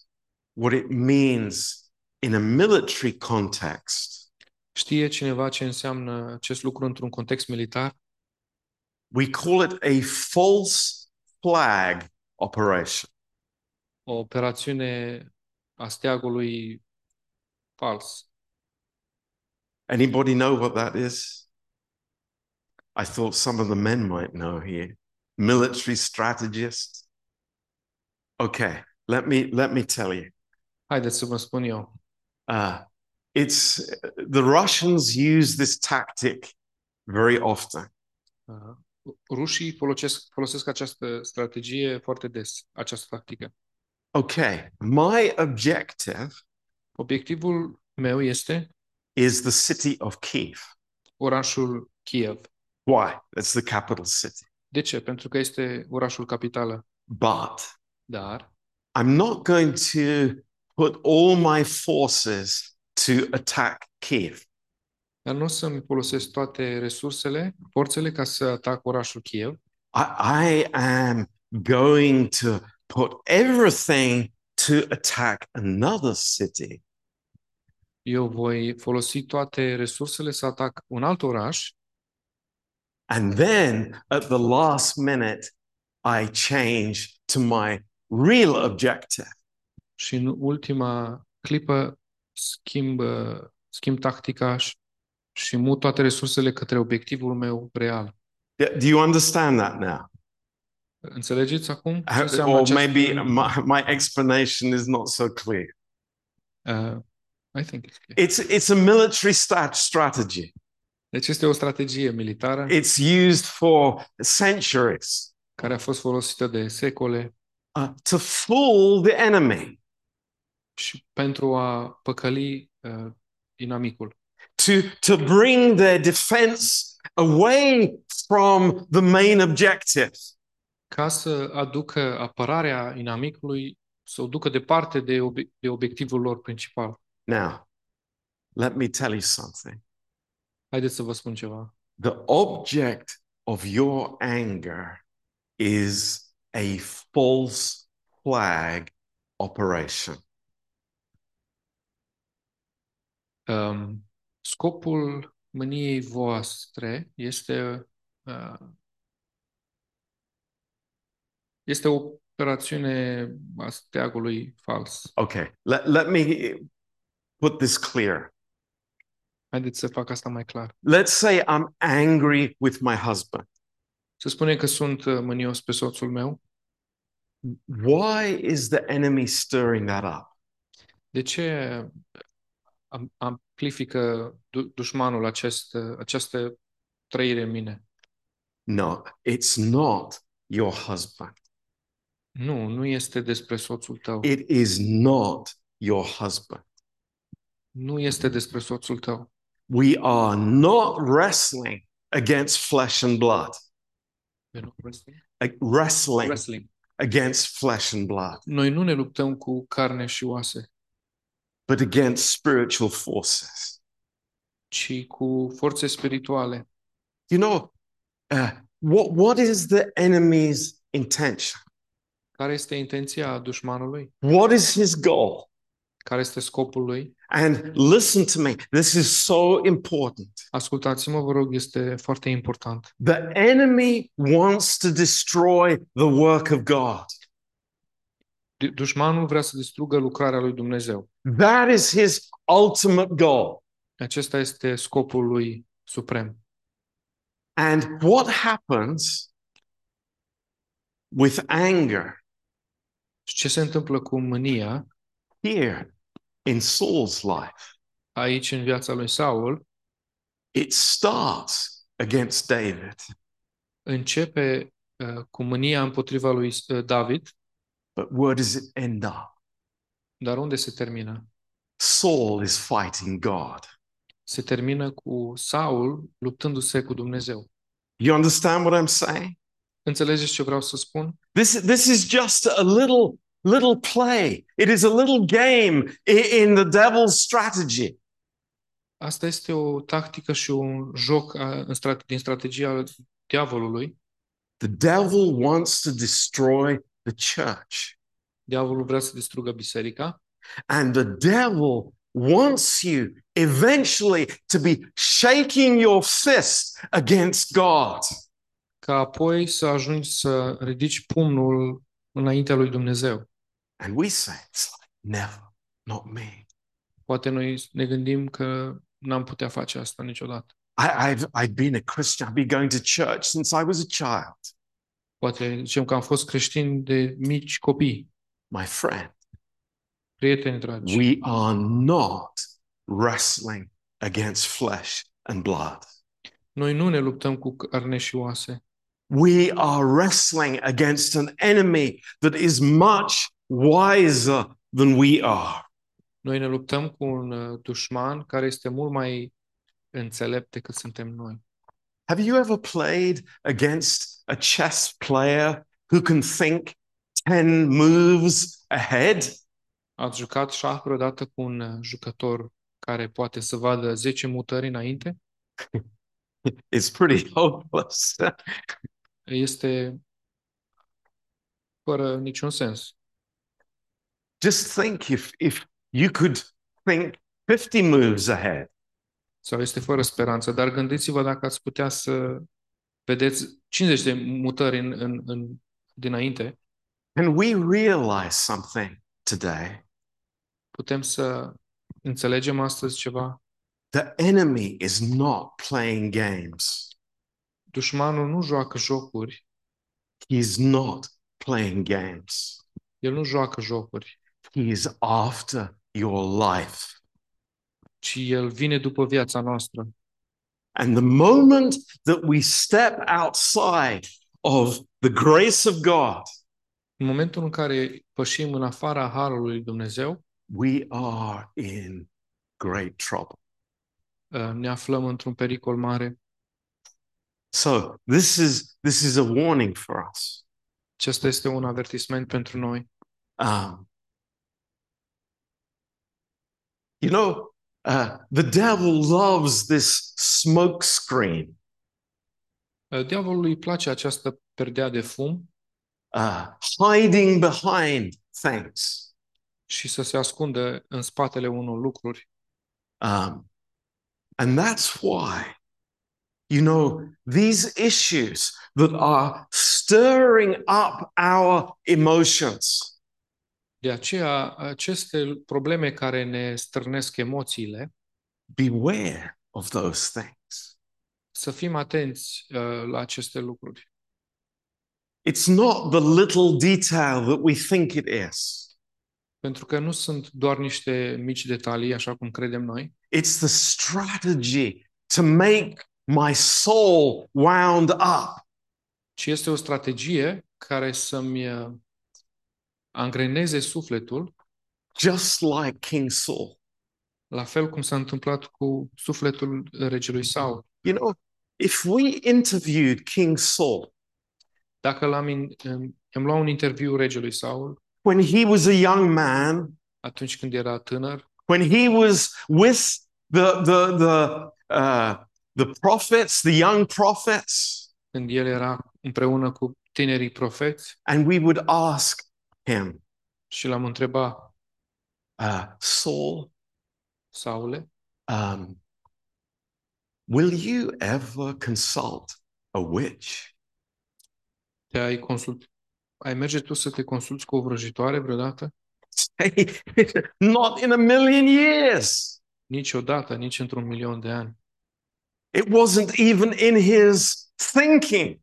Speaker 2: what it means in a military context?
Speaker 1: Știe cineva ce înseamnă acest lucru într-un context militar?
Speaker 2: We call it a false flag operation.
Speaker 1: o operațiune a steagului fals.
Speaker 2: Anybody know what that is? I thought some of the men might know here. Military strategist. Okay, let me let me tell you.
Speaker 1: Haideți să vă spun eu.
Speaker 2: Uh, it's the Russians use this tactic very often.
Speaker 1: Uh, Rușii folosesc, folosesc această strategie foarte des, această tactică.
Speaker 2: Okay, my objective
Speaker 1: Obiectivul meu este
Speaker 2: is the city of Kiev.
Speaker 1: orașul Kiev.
Speaker 2: Why? That's the capital city.
Speaker 1: De ce? Pentru că este orașul capitală.
Speaker 2: But
Speaker 1: Dar
Speaker 2: I'm not going to put all my forces to attack Kiev.
Speaker 1: dar nu o să-mi folosesc toate resursele, forțele ca să atac orașul Kiev.
Speaker 2: I, I am going to put everything to attack another city
Speaker 1: Eu voi folosi toate resursele să atac un alt oraș
Speaker 2: And then at the last minute, I change to my real objective.
Speaker 1: și în ultima clipă schimb, uh, schimb tactica și, și mut toate resursele către obiectivul meu real.
Speaker 2: D- Do you understand that now?
Speaker 1: Înțelegeți acum? ce
Speaker 2: How-
Speaker 1: înseamnă
Speaker 2: Or
Speaker 1: acest
Speaker 2: oh, maybe
Speaker 1: termen?
Speaker 2: my, my explanation is not so clear.
Speaker 1: Uh, I think it's clear.
Speaker 2: It's, it's a military stat strategy,
Speaker 1: Deci este o strategie militară
Speaker 2: it's used for centuries
Speaker 1: care a fost folosită de secole
Speaker 2: uh, to fool the enemy,
Speaker 1: și pentru a păcăli uh, inamicul,
Speaker 2: to, to bring their defense away from the main objective.
Speaker 1: ca să aducă apărarea inamicului, să o ducă departe de, obi- de obiectivul lor principal.
Speaker 2: Now, let me tell you something.
Speaker 1: Haideți să vă spun ceva.
Speaker 2: The object of your anger is a false flag operation.
Speaker 1: Um, scopul mâniei voastre este, uh, este o operațiune a steagului fals.
Speaker 2: Okay, let, let me put this clear.
Speaker 1: Haideți să fac asta mai clar.
Speaker 2: Let's say I'm angry with my husband.
Speaker 1: Să spune că sunt uh, mânios pe soțul meu.
Speaker 2: Why is the enemy stirring that up?
Speaker 1: De ce am- amplifică du- dușmanul acest, uh, această trăire în mine?
Speaker 2: No, it's not your husband.
Speaker 1: Nu, nu este despre soțul tău.
Speaker 2: It is not your husband.
Speaker 1: Nu este despre soțul tău.
Speaker 2: We are not wrestling against flesh and blood, Uh, wrestling
Speaker 1: Wrestling.
Speaker 2: against flesh and blood.
Speaker 1: Noi nu ne luptăm cu carne și oase,
Speaker 2: but against spiritual forces.
Speaker 1: ci cu forțe spirituale.
Speaker 2: You know, uh, what, what is the enemy's intention?
Speaker 1: Care este intenția dușmanului?
Speaker 2: What is his goal?
Speaker 1: Care este scopul lui?
Speaker 2: And listen to me, this is so important.
Speaker 1: Ascultați-mă, vă rog, este foarte important.
Speaker 2: The enemy wants to destroy the work of God.
Speaker 1: Du- Dușmanul vrea să distrugă lucrarea lui Dumnezeu.
Speaker 2: That is his ultimate goal.
Speaker 1: Acesta este scopul lui suprem.
Speaker 2: And what happens with anger
Speaker 1: Și ce se întâmplă cu mânia
Speaker 2: here in Saul's life?
Speaker 1: aici în viața lui Saul?
Speaker 2: It starts against David.
Speaker 1: Începe uh, cu mânia împotriva lui uh, David,
Speaker 2: But where does it end up?
Speaker 1: dar unde se termină?
Speaker 2: Saul is fighting God.
Speaker 1: Se termină cu Saul luptându-se cu Dumnezeu.
Speaker 2: You understand what I'm saying?
Speaker 1: Înțelegeți ce vreau să spun?
Speaker 2: This, this is just a little, little play. It is a little game i- in the devil's strategy.
Speaker 1: Asta este o tactică și un joc a, în strat- din strategia diavolului.
Speaker 2: The devil wants to destroy the church,
Speaker 1: Diavolul vrea să distrugă biserica
Speaker 2: and the devil wants you eventually to be shaking your fist against God.
Speaker 1: ca apoi să ajungi să ridici pumnul înaintea lui Dumnezeu.
Speaker 2: And we say, it's like, never, not me.
Speaker 1: Poate noi ne gândim că n-am putea face asta niciodată.
Speaker 2: I, I've, I've been a Christian. I've been going to church since I was a child.
Speaker 1: Poate zicem că am fost creștini de mici copii,
Speaker 2: My friend,
Speaker 1: prieteni dragi.
Speaker 2: we are not wrestling against flesh and blood.
Speaker 1: Noi nu ne luptăm cu carne și oase.
Speaker 2: We are wrestling against an enemy that is much wiser than we are.
Speaker 1: Noi ne luptăm cu un uh, dușman care este mult mai înțelept decât suntem noi.
Speaker 2: Have you ever played against a chess player who can think 10 moves ahead?
Speaker 1: Ați jucat șah vreodată cu un uh, jucător care poate să vadă 10 mutări înainte?
Speaker 2: It's pretty hopeless.
Speaker 1: Este fără niciun sens.
Speaker 2: Just think if, if you could think 50 moves ahead,
Speaker 1: Sau este fără speranță. Dar gândiți-vă dacă ați putea să vedeți 50 de mutări în, în, în, dinainte,
Speaker 2: and we realize something today.
Speaker 1: putem să înțelegem astăzi ceva.
Speaker 2: The enemy is not playing games,
Speaker 1: Dușmanul nu joacă jocuri,
Speaker 2: he's not playing games.
Speaker 1: el nu joacă jocuri.
Speaker 2: He is after your life.
Speaker 1: ci El vine după viața noastră.
Speaker 2: And the moment that we step outside of the grace of God,
Speaker 1: În momentul în care pășim în afara Harului lui Dumnezeu,
Speaker 2: we are in great trouble.
Speaker 1: uh, ne aflăm într-un pericol mare.
Speaker 2: So this is this is a warning for us.
Speaker 1: Acesta este un avertisment pentru noi.
Speaker 2: Um, you know, uh, the devil loves this smoke screen,
Speaker 1: Uh, Diavolului îi place această perdea de fum
Speaker 2: uh, hiding behind things.
Speaker 1: și să se ascundă în spatele unor lucruri.
Speaker 2: Um, and that's why, you know, these issues that are stirring up our emotions,
Speaker 1: De aceea, aceste probleme care ne stârnesc emoțiile,
Speaker 2: beware of those things.
Speaker 1: să fim atenți uh, la aceste lucruri.
Speaker 2: It's not the little detail that we think it is,
Speaker 1: Pentru că nu sunt doar niște mici detalii, așa cum credem noi,
Speaker 2: it's the strategy to make my soul wound up.
Speaker 1: ci este o strategie care să-mi uh, angreneze sufletul,
Speaker 2: Just like King Saul.
Speaker 1: la fel cum s-a întâmplat cu sufletul regelui Saul.
Speaker 2: You know, if we interviewed King Saul
Speaker 1: Dacă l-am in, îmi îmi lua un interviu regelui Saul,
Speaker 2: when he was a young man
Speaker 1: atunci când era tânăr,
Speaker 2: when he was with the the the uh, the prophets, the young prophets,
Speaker 1: când el era împreună cu tinerii profeți
Speaker 2: and we would ask him,
Speaker 1: și l-am întrebat,
Speaker 2: uh, Saul,
Speaker 1: Saule,
Speaker 2: um, will you ever consult a witch?
Speaker 1: te-ai consult... ai merge tu să te consulți cu o vrăjitoare vreodată?
Speaker 2: Not in a million years.
Speaker 1: Niciodată, nici într-un milion de ani.
Speaker 2: It wasn't even in his thinking.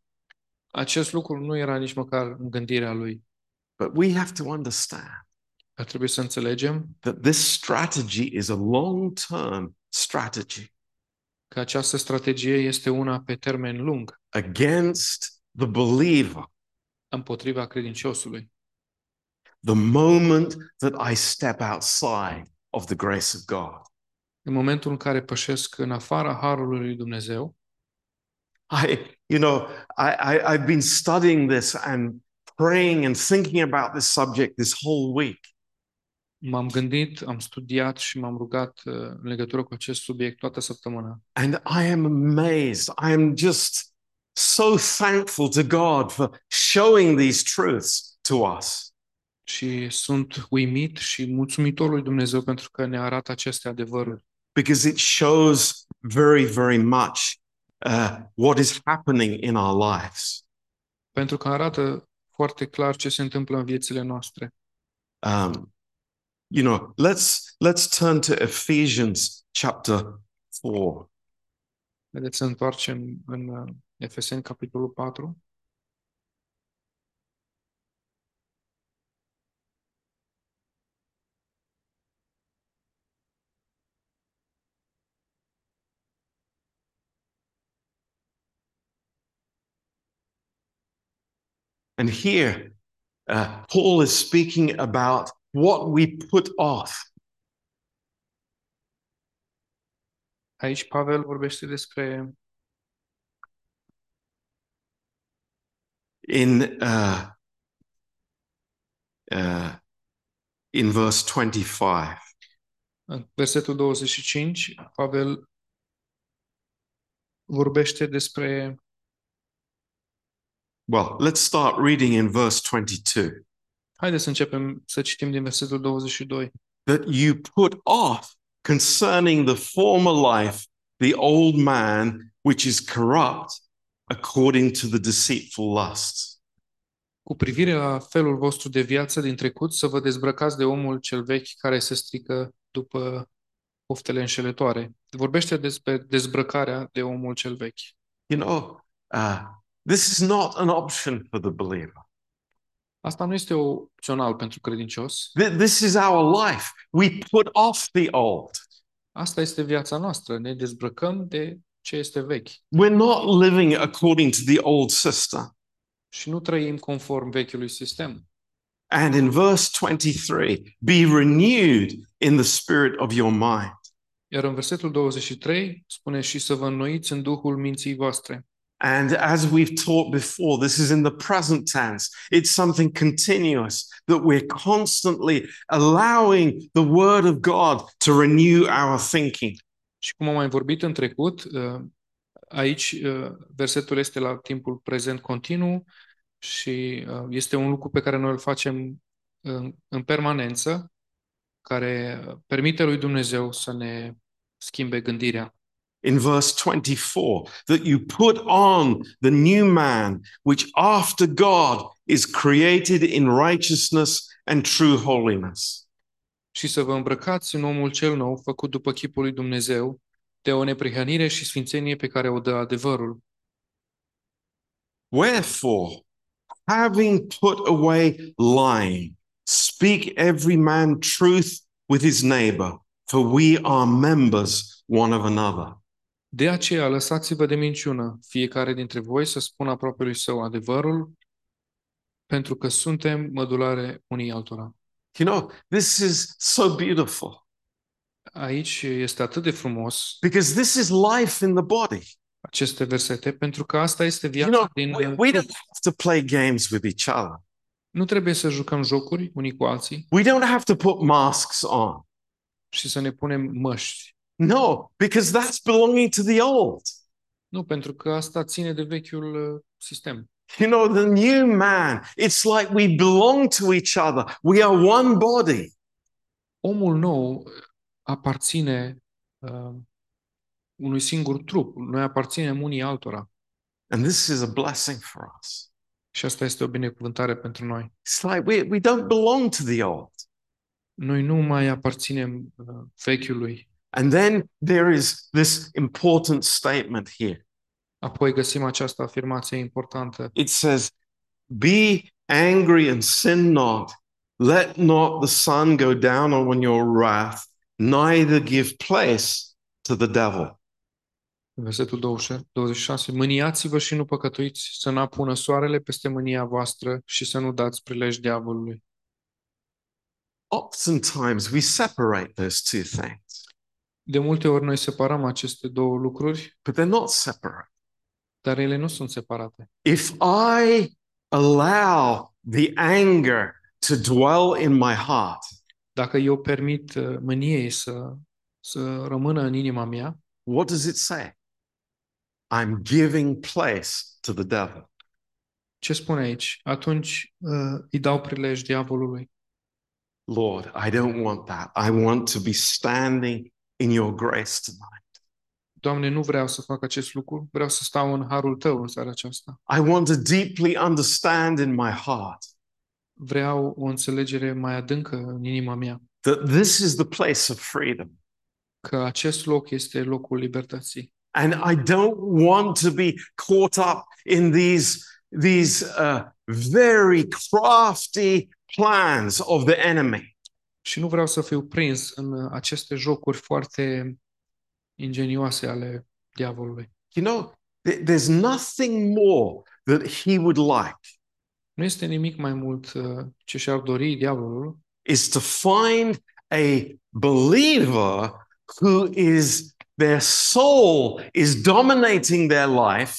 Speaker 1: Acest lucru nu era nici măcar în gândirea lui.
Speaker 2: But we have to understand
Speaker 1: Ar trebui să înțelegem
Speaker 2: that this strategy is a long-term strategy.
Speaker 1: că această strategie este una pe termen lung
Speaker 2: against the believer
Speaker 1: împotriva credinciosului.
Speaker 2: the moment that I step outside of the grace of God.
Speaker 1: În momentul în care pășesc în afara harului lui Dumnezeu,
Speaker 2: I, you know, I, I, I've been studying this and praying and thinking about this subject this whole week.
Speaker 1: m-am gândit, am studiat și m-am rugat uh, în legătură cu acest subiect toată săptămâna
Speaker 2: And I am amazed. I am just so thankful to God for showing these truths to us.
Speaker 1: și sunt uimit și mulțumitor lui Dumnezeu pentru că ne arată aceste adevăruri,
Speaker 2: because it shows very, very much uh, what is happening in our lives.
Speaker 1: pentru că arată foarte clar ce se întâmplă în viețile noastre.
Speaker 2: Um, you know, let's let's turn to Ephesians chapter four.
Speaker 1: Haideți să întoarcem în uh, Efeseni, capitolul 4.
Speaker 2: And here, uh, Paul is speaking about what we put off.
Speaker 1: Aici Pavel vorbește despre,
Speaker 2: in uh, uh, in verse 25
Speaker 1: în versetul 25, Pavel vorbește despre,
Speaker 2: well let's start reading in verse 22
Speaker 1: haideți să începem să citim din versetul 22.
Speaker 2: that you put off concerning the former life the old man which is corrupt according to the deceitful lusts
Speaker 1: Cu privire la felul vostru de viață din trecut, să vă dezbrăcați de omul cel vechi care se strică după poftele înșelătoare. Vorbește despre dezbrăcarea de omul cel vechi.
Speaker 2: you know uh, this is not an option for the believer
Speaker 1: Asta nu este opțional pentru credincios.
Speaker 2: Th- this is our life we put off the old
Speaker 1: Asta este viața noastră. Ne dezbrăcăm de ce este vechi
Speaker 2: we're not living according to the old system
Speaker 1: și nu trăim conform vechiului sistem.
Speaker 2: And in verse 23, be renewed in the spirit of your mind
Speaker 1: Iar în versetul 23 spune și să vă înnoiți în duhul minții voastre.
Speaker 2: And as we've taught before, this is in the present tense. It's something continuous that we're constantly allowing the word of God to renew our thinking.
Speaker 1: Și cum am mai vorbit în trecut, uh, aici uh, versetul este la timpul prezent continuu și uh, este un lucru pe care noi îl facem în, în permanență, care permite lui Dumnezeu să ne schimbe gândirea.
Speaker 2: In verse 24, that you put on the new man, which after God is created in righteousness and true holiness.
Speaker 1: și să vă îmbrăcați în omul cel nou, făcut după chipul lui Dumnezeu, de o neprihănire și sfințenie pe care o dă adevărul.
Speaker 2: Wherefore, having put away lying, speak every man truth with his neighbor, for we are members one of another.
Speaker 1: De aceea lăsați-vă de minciună, fiecare dintre voi să spună apropiului său adevărul, pentru că suntem mădulare unii altora.
Speaker 2: You know, this is so beautiful
Speaker 1: Aici este atât de frumos
Speaker 2: because this is life in the body.
Speaker 1: aceste versete, pentru că asta este
Speaker 2: You
Speaker 1: viața
Speaker 2: know,
Speaker 1: din...
Speaker 2: we, we don't have to play games with each other,
Speaker 1: Nu trebuie să jucăm jocuri unii cu alții
Speaker 2: we don't have to put masks on.
Speaker 1: și să ne punem măști.
Speaker 2: No, because that's belonging to the old.
Speaker 1: Nu, pentru că asta ține de vechiul uh, sistem.
Speaker 2: You know, the new man, it's like we belong to each other, we are one body.
Speaker 1: omul nou uh, aparține uh, unui singur trup, noi aparținem unii altora
Speaker 2: And this is a blessing for us.
Speaker 1: și asta este o binecuvântare pentru noi.
Speaker 2: It's like we, we don't belong to the old.
Speaker 1: Noi nu mai aparținem uh, vechiului.
Speaker 2: And then there is this important statement here
Speaker 1: Apoi găsim această afirmație importantă.
Speaker 2: it says, Be angry and sin not. Let not the sun go down on your wrath, neither give place to the devil.
Speaker 1: În versetul 20 26, mâniați-vă și nu păcătuiți, să nu apună soarele peste mânia voastră și să nu dați prilej diavolului.
Speaker 2: Oftentimes we separate those two things,
Speaker 1: De multe ori noi separăm aceste două lucruri,
Speaker 2: but they're not separate.
Speaker 1: dar ele nu sunt separate.
Speaker 2: If I allow the anger to dwell in my heart,
Speaker 1: Dacă eu permit uh, mâniei să, să rămână în inima mea,
Speaker 2: What does it say? I'm giving place to the devil.
Speaker 1: Ce spune aici? Atunci uh, îi dau prilej diavolului.
Speaker 2: Lord, I don't want that. I want to be standing in your grace tonight.
Speaker 1: Doamne, nu vreau să fac acest lucru, vreau să stau în harul tău în seara aceasta.
Speaker 2: I want to deeply understand in my heart
Speaker 1: Vreau o înțelegere mai adâncă în inima mea,
Speaker 2: that this is the place of freedom.
Speaker 1: că acest loc este locul libertății.
Speaker 2: And I don't want to be caught up in these, these uh, very crafty plans of the enemy.
Speaker 1: Și nu vreau să fiu prins în uh, aceste jocuri foarte ingenioase ale diavolului.
Speaker 2: You know, th- there's nothing more that he would like
Speaker 1: Nu este nimic mai mult uh, ce și-ar dori diavolul
Speaker 2: is to find a believer who is their soul is dominating their life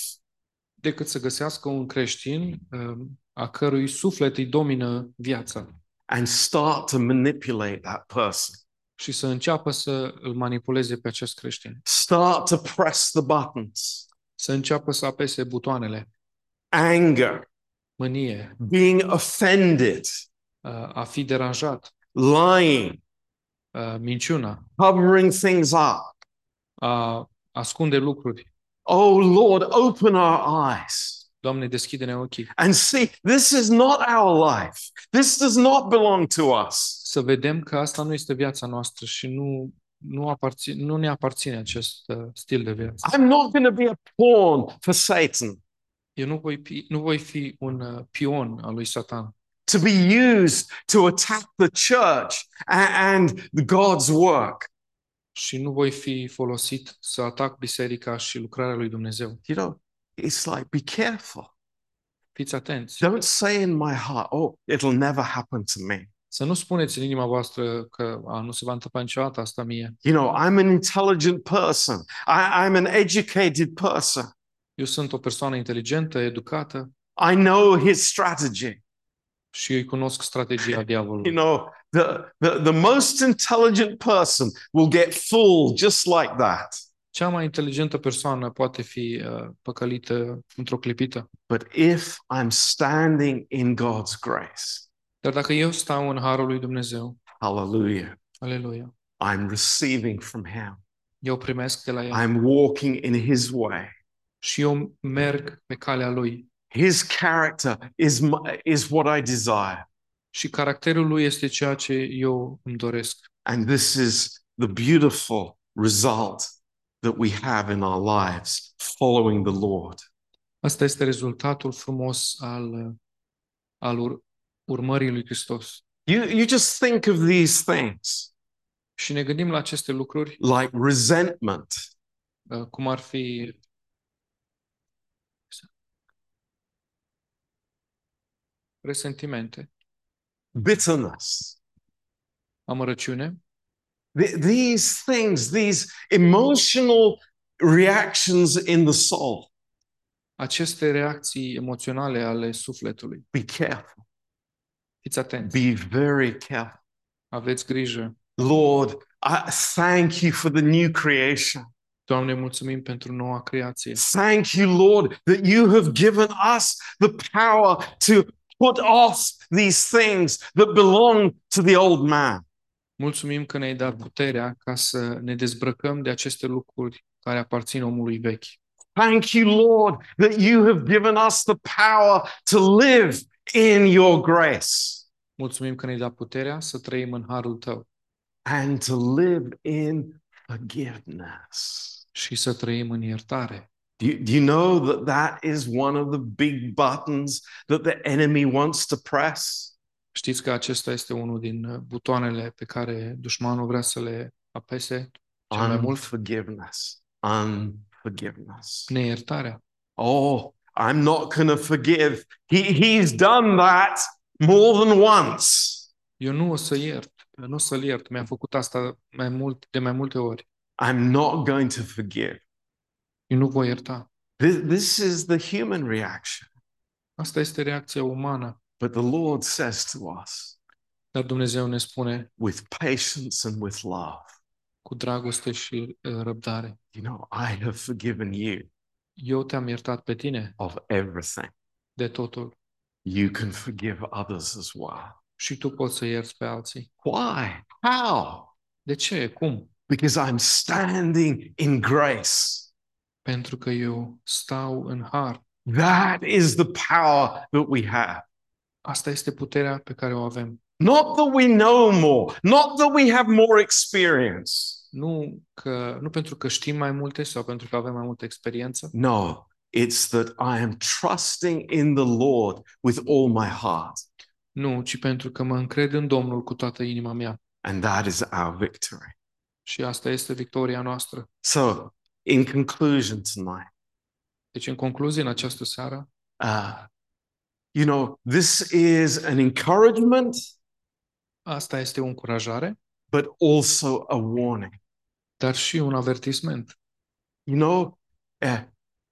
Speaker 1: decât să găsească un creștin uh, a cărui suflet îi domină viața
Speaker 2: and start to manipulate that person,
Speaker 1: și să înceapă să îl manipuleze pe acest creștin,
Speaker 2: start to press the buttons,
Speaker 1: să înceapă să apese butoanele,
Speaker 2: anger,
Speaker 1: mânie,
Speaker 2: being offended,
Speaker 1: uh, a fi deranjat,
Speaker 2: lying,
Speaker 1: uh, minciuna,
Speaker 2: covering things up.
Speaker 1: a ascunde lucruri.
Speaker 2: Oh Lord, open our eyes
Speaker 1: Doamne, deschide-ne ochii.
Speaker 2: and see this is not our life. This does not belong to us.
Speaker 1: Să vedem că asta nu este viața noastră și nu, nu, aparține, nu ne aparține acest uh, stil de viață.
Speaker 2: I'm not going to be a pawn for Satan.
Speaker 1: Eu nu voi, fi- nu voi fi un uh, pion al lui Satan
Speaker 2: to be used to attack the church a- and God's work.
Speaker 1: și nu voi fi folosit să atac biserica și lucrarea lui Dumnezeu.
Speaker 2: You know, it's like, be careful.
Speaker 1: Fiți atenți.
Speaker 2: Don't say in my heart, oh, it'll never happen to me.
Speaker 1: Să nu spuneți în inima voastră că a, nu se va întâmpla niciodată asta mie.
Speaker 2: You know, I'm an intelligent person, I- I'm an educated person.
Speaker 1: Eu sunt o persoană inteligentă, educată
Speaker 2: I know his strategy.
Speaker 1: și eu îi cunosc strategia diavolului.
Speaker 2: You know, the, the, the most intelligent person will get fooled just like that.
Speaker 1: Cea mai inteligentă persoană poate fi uh, păcălită într-o clipită.
Speaker 2: But if I'm standing in God's grace,
Speaker 1: Dar dacă eu stau în harul lui Dumnezeu,
Speaker 2: hallelujah,
Speaker 1: aleluia,
Speaker 2: I'm receiving from him.
Speaker 1: eu primesc de la el
Speaker 2: I'm walking in his way.
Speaker 1: și eu merg pe calea lui
Speaker 2: His character is, my, is what I desire.
Speaker 1: și caracterul lui este ceea ce eu îmi doresc.
Speaker 2: And this is the beautiful result that we have in our lives following the Lord.
Speaker 1: Asta este rezultatul frumos al, uh, al ur- urmării lui Hristos.
Speaker 2: You, you just think of these things
Speaker 1: Și ne gândim la aceste lucruri
Speaker 2: like resentment,
Speaker 1: uh, cum ar fi resentimente,
Speaker 2: bitterness.
Speaker 1: amărăciune,
Speaker 2: Th- these things, these emotional reactions in the soul.
Speaker 1: aceste reacții emoționale ale sufletului.
Speaker 2: Be careful.
Speaker 1: Fiți atenți,
Speaker 2: Be very careful.
Speaker 1: aveți grijă.
Speaker 2: Lord, I thank you for the new creation.
Speaker 1: Doamne, mulțumim pentru noua creație.
Speaker 2: Thank you, Lord, that you have given us the power to put off these things that belong to the old man.
Speaker 1: Mulțumim că ne-ai dat puterea ca să ne dezbrăcăm de aceste lucruri care aparțin omului vechi.
Speaker 2: Thank you, Lord, that you have given us the power to live in your grace
Speaker 1: Mulțumim că ne-ai dat puterea să trăim în harul tău
Speaker 2: and to live in forgiveness.
Speaker 1: și să trăim în iertare.
Speaker 2: Do you, do you know that that is one of the big buttons that the enemy wants to press?
Speaker 1: Știți că acesta este unul din uh, butoanele pe care dușmanul vrea să le apese cel mai mult?
Speaker 2: Unforgiveness. Unforgiveness.
Speaker 1: Neiertarea.
Speaker 2: Oh, I'm not going to forgive. He, he's done that more than once.
Speaker 1: Eu nu o să iert, uh, nu o să-l iert. Mi-a făcut asta mai mult, de mai multe ori.
Speaker 2: I'm not going to forgive.
Speaker 1: Eu nu voi ierta.
Speaker 2: This, this is the human reaction.
Speaker 1: Asta este reacția umană.
Speaker 2: But the Lord says to us
Speaker 1: Dar Dumnezeu ne spune
Speaker 2: with patience and with love,
Speaker 1: cu dragoste și uh, răbdare.
Speaker 2: you know, I have forgiven you
Speaker 1: Eu te-am iertat pe tine
Speaker 2: of everything.
Speaker 1: de totul
Speaker 2: You can forgive others as well.
Speaker 1: și tu poți să ierți pe alții.
Speaker 2: Why? How?
Speaker 1: De ce? Cum?
Speaker 2: because I'm standing in grace.
Speaker 1: pentru că eu stau în har.
Speaker 2: That is the power that we have.
Speaker 1: Asta este puterea pe care o avem.
Speaker 2: Not that we know more, not that we have more experience.
Speaker 1: Nu, că, nu pentru că știm mai multe sau pentru că avem mai multă experiență,
Speaker 2: No, it's that I am trusting in the Lord with all my heart.
Speaker 1: nu, ci pentru că mă încred în Domnul cu toată inima mea.
Speaker 2: And that is our victory.
Speaker 1: Și asta este victoria noastră.
Speaker 2: So, in conclusion tonight,
Speaker 1: Deci, în concluzie, în această seară,
Speaker 2: uh, you know, this is an encouragement,
Speaker 1: asta este o încurajare,
Speaker 2: but also a warning.
Speaker 1: dar și un avertisment.
Speaker 2: You know, uh,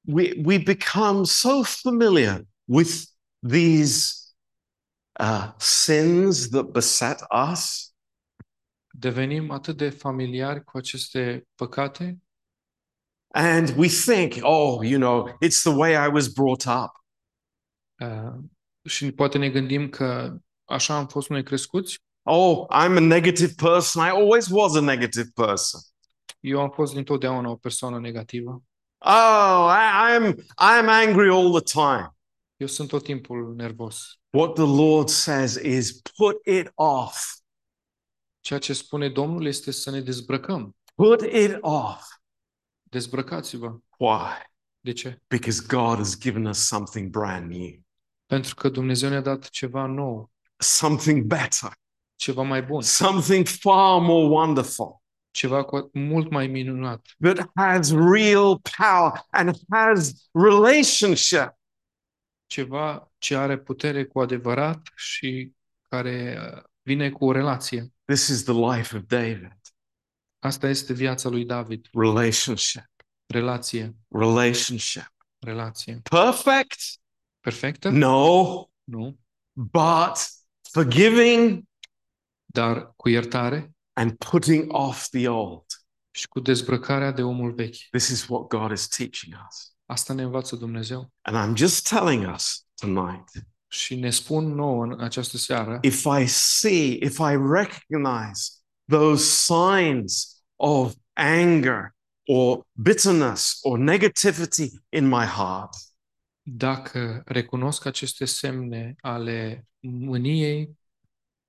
Speaker 2: we we become so familiar with these uh, sins that beset us
Speaker 1: Devenim atât de familiari cu aceste păcate
Speaker 2: and we think, oh, you know, it's the way I was brought up.
Speaker 1: uh, și poate ne gândim că așa am fost noi crescuți,
Speaker 2: Oh, I'm a negative person. I always was a negative person.
Speaker 1: eu am fost dintotdeauna o persoană negativă,
Speaker 2: Oh, I, I'm I'm angry all the time.
Speaker 1: eu sunt tot timpul nervos.
Speaker 2: What the Lord says is put it off.
Speaker 1: Ceea ce spune Domnul este să ne dezbrăcăm.
Speaker 2: Put it off.
Speaker 1: Dezbrăcați-vă.
Speaker 2: Why?
Speaker 1: De ce?
Speaker 2: Because God has given us something brand new,
Speaker 1: Pentru că Dumnezeu ne-a dat ceva nou,
Speaker 2: something better.
Speaker 1: ceva mai bun,
Speaker 2: something far more wonderful
Speaker 1: ceva cu mult mai minunat,
Speaker 2: that has real power and has relationship.
Speaker 1: ceva ce are putere cu adevărat și care uh, vine cu o relație.
Speaker 2: This is the life of David
Speaker 1: Asta este viața lui David.
Speaker 2: relationship,
Speaker 1: Relație,
Speaker 2: relationship.
Speaker 1: relație.
Speaker 2: Perfect?
Speaker 1: Perfectă?
Speaker 2: No,
Speaker 1: Nu.
Speaker 2: but forgiving
Speaker 1: Dar cu iertare
Speaker 2: and putting off the old.
Speaker 1: și cu dezbrăcarea de omul vechi.
Speaker 2: This is what God is teaching us.
Speaker 1: Asta ne învață Dumnezeu.
Speaker 2: And I'm just telling us tonight
Speaker 1: Și ne spun nouă în această seară,
Speaker 2: if I see, if I recognize those signs of anger or bitterness or negativity in my heart,
Speaker 1: dacă recunosc aceste semne ale mâniei,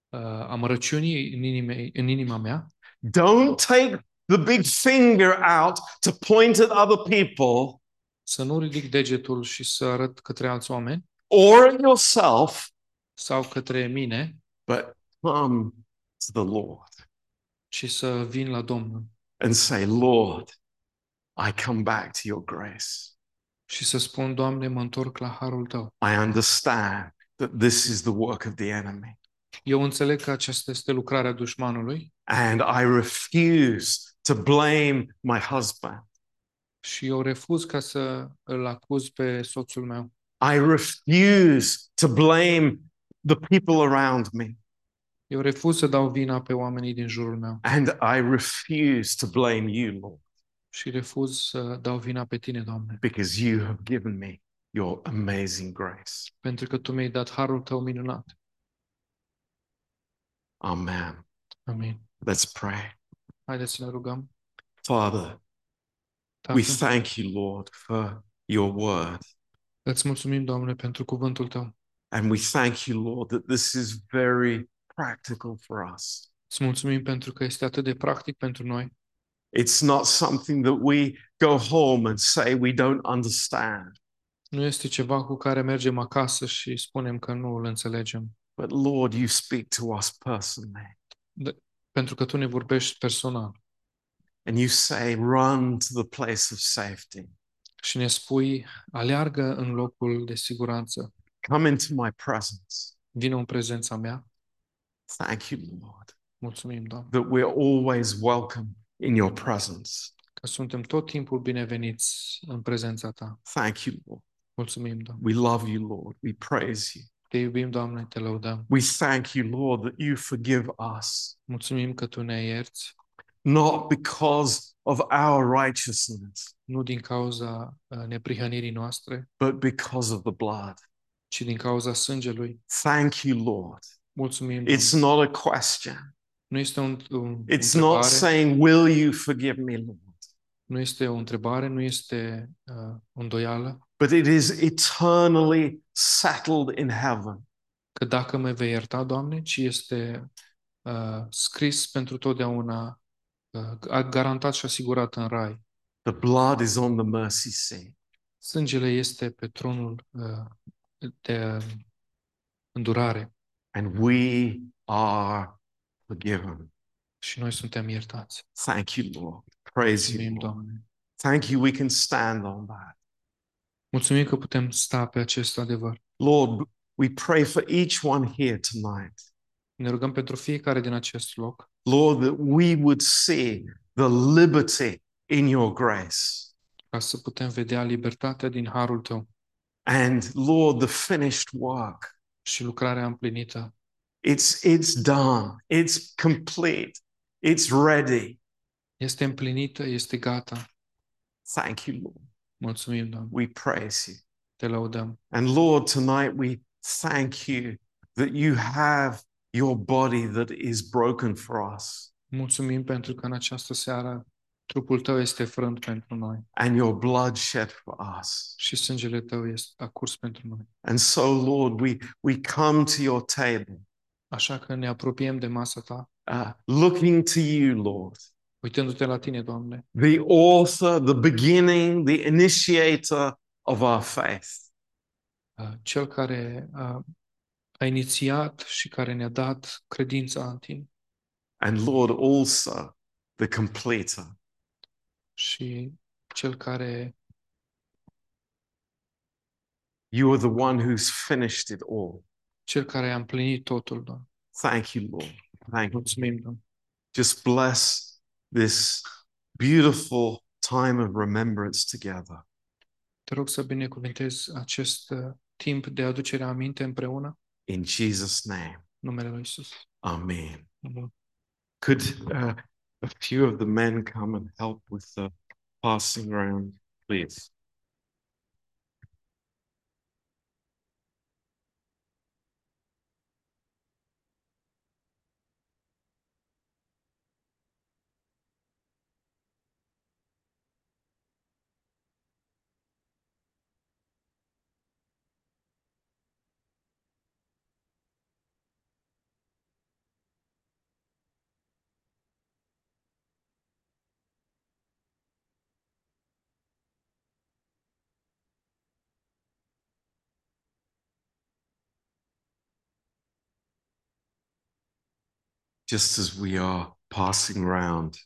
Speaker 1: uh, amărăciunii în, inimei, în inima mea,
Speaker 2: don't take the big finger out to point at other people
Speaker 1: să nu ridic degetul și să arăt către alți oameni
Speaker 2: or at yourself,
Speaker 1: sau către mine,
Speaker 2: but come to the Lord
Speaker 1: ci să vin la Domnul
Speaker 2: and say, Lord, I come back to your grace.
Speaker 1: și să spun, Doamne, mă întorc la harul tău.
Speaker 2: I understand that this is the work of the enemy.
Speaker 1: Eu înțeleg că aceasta este lucrarea dușmanului
Speaker 2: And I refuse to blame my husband.
Speaker 1: și eu refuz ca să îl acuz pe soțul meu.
Speaker 2: I refuse to blame the people around me.
Speaker 1: Eu refuz să dau vina pe oamenii din jurul meu
Speaker 2: And I refuse to blame you, Lord,
Speaker 1: și refuz să dau vina pe tine, Doamne.
Speaker 2: because you have given me your amazing grace.
Speaker 1: pentru că tu mi-ai dat harul tău minunat.
Speaker 2: Amen.
Speaker 1: Amin.
Speaker 2: Let's pray.
Speaker 1: Haideți să ne rugăm.
Speaker 2: Father,
Speaker 1: Tată,
Speaker 2: we thank you, Lord, for your word.
Speaker 1: îți mulțumim, Doamne, pentru cuvântul tău.
Speaker 2: And we thank you, Lord, that this is very practical for us.
Speaker 1: Îți mulțumim pentru că este atât de practic pentru noi.
Speaker 2: It's not something that we go home and say we don't understand.
Speaker 1: Nu este ceva cu care mergem acasă și spunem că nu îl înțelegem,
Speaker 2: But Lord, you speak to us personally
Speaker 1: pentru că tu ne vorbești personal
Speaker 2: and you say, run to the place of safety.
Speaker 1: și ne spui, aleargă în locul de siguranță.
Speaker 2: Come into my presence.
Speaker 1: Vino în prezența mea.
Speaker 2: Thank you, Lord,
Speaker 1: Mulțumim, Doamne,
Speaker 2: that we're always welcome in your presence.
Speaker 1: că suntem tot timpul bineveniți în prezența ta.
Speaker 2: Thank you, Lord.
Speaker 1: Mulțumim, Doamne.
Speaker 2: We love you, Lord. We praise you.
Speaker 1: Te iubim, Doamne, te lăudăm.
Speaker 2: We thank you, Lord, that you forgive us,
Speaker 1: Mulțumim că tu ne ierți.
Speaker 2: not because of our righteousness,
Speaker 1: nu din cauza uh, neprihănirii noastre,
Speaker 2: but because of the blood.
Speaker 1: ci din cauza sângelui.
Speaker 2: Thank you, Lord.
Speaker 1: Mulțumim,
Speaker 2: It's
Speaker 1: Doamne.
Speaker 2: not a question,
Speaker 1: Nu este un, un, o
Speaker 2: It's not
Speaker 1: întrebare,
Speaker 2: saying, Will you forgive me, Lord?
Speaker 1: nu este o întrebare, nu este uh, o îndoială,
Speaker 2: But it is eternally settled in heaven.
Speaker 1: că dacă mă vei ierta, Doamne, ci este uh, scris pentru totdeauna, uh, garantat și asigurat în rai.
Speaker 2: The blood is on the mercy seat.
Speaker 1: Sângele este pe tronul uh, de uh, îndurare
Speaker 2: and we are forgiven.
Speaker 1: și noi suntem iertați.
Speaker 2: Thank you, Lord. Praise you.
Speaker 1: Mulțumim,
Speaker 2: Lord.
Speaker 1: Doamne.
Speaker 2: Thank you. We can stand on that.
Speaker 1: Mulțumim că putem sta pe acest adevăr.
Speaker 2: Lord, we pray for each one here tonight.
Speaker 1: Ne rugăm pentru fiecare din acest loc,
Speaker 2: Lord, that we would see the liberty in your grace
Speaker 1: ca să putem vedea libertatea din harul tău
Speaker 2: and, Lord, the finished work.
Speaker 1: și lucrarea împlinită.
Speaker 2: It's, it's done, it's complete, it's ready.
Speaker 1: Este împlinită, este gata.
Speaker 2: Thank you, Lord.
Speaker 1: Mulțumim, Doamne.
Speaker 2: We praise you.
Speaker 1: Te laudăm.
Speaker 2: And Lord, tonight we thank you that you have your body that is broken for us
Speaker 1: Mulțumim pentru că în această seară trupul tău este frânt pentru noi
Speaker 2: and your blood shed for us.
Speaker 1: și sângele tău este a curs pentru noi.
Speaker 2: And so, Lord, we, we come to your table,
Speaker 1: Așa că ne apropiem de masa ta,
Speaker 2: uh, looking to you, Lord,
Speaker 1: uitându-te la tine, Doamne,
Speaker 2: the author, the beginning, the initiator of our faith.
Speaker 1: uh, cel care a, a inițiat și care ne-a dat credința în tine
Speaker 2: And Lord, also the completer.
Speaker 1: și cel care
Speaker 2: You are the one who's finished it all.
Speaker 1: cel care a împlinit totul, Doamne.
Speaker 2: Thank you, Lord. Thank you.
Speaker 1: Mulțumim, Doamne.
Speaker 2: just bless this beautiful time of remembrance together.
Speaker 1: Te rog să binecuvântezi acest uh, timp de aducere a aminte împreună,
Speaker 2: In Jesus' name,
Speaker 1: în numele lui Isus.
Speaker 2: amen. Could uh, a few of the men come and help with the passing round, please? Just as we are passing round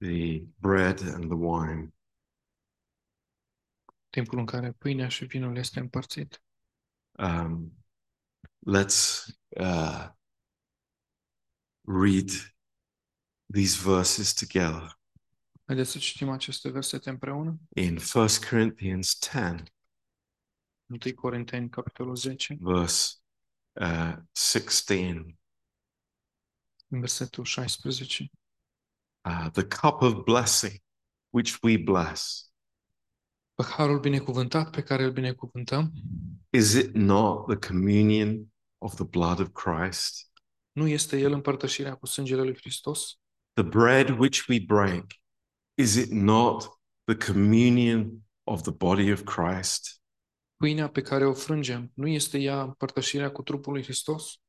Speaker 2: the bread and the wine,
Speaker 1: timpul în care pâinea și vinul este împărțit.
Speaker 2: um, let's uh, read these verses together.
Speaker 1: Haideți să citim aceste versete împreună.
Speaker 2: in 1 Corinthians 10,
Speaker 1: 1 Corinteni, capitolul 10,
Speaker 2: verse uh, 16.
Speaker 1: în versetul 16.
Speaker 2: Uh, the cup of blessing which we bless,
Speaker 1: Paharul binecuvântat pe care îl binecuvântăm
Speaker 2: is it not the communion of the blood of Christ?
Speaker 1: nu este el împărtășirea cu sângele lui Hristos?
Speaker 2: The bread which we break, is it not the communion of the body of Christ?
Speaker 1: Pâinea pe care o frângem nu este ea împărtășirea cu trupul lui Hristos?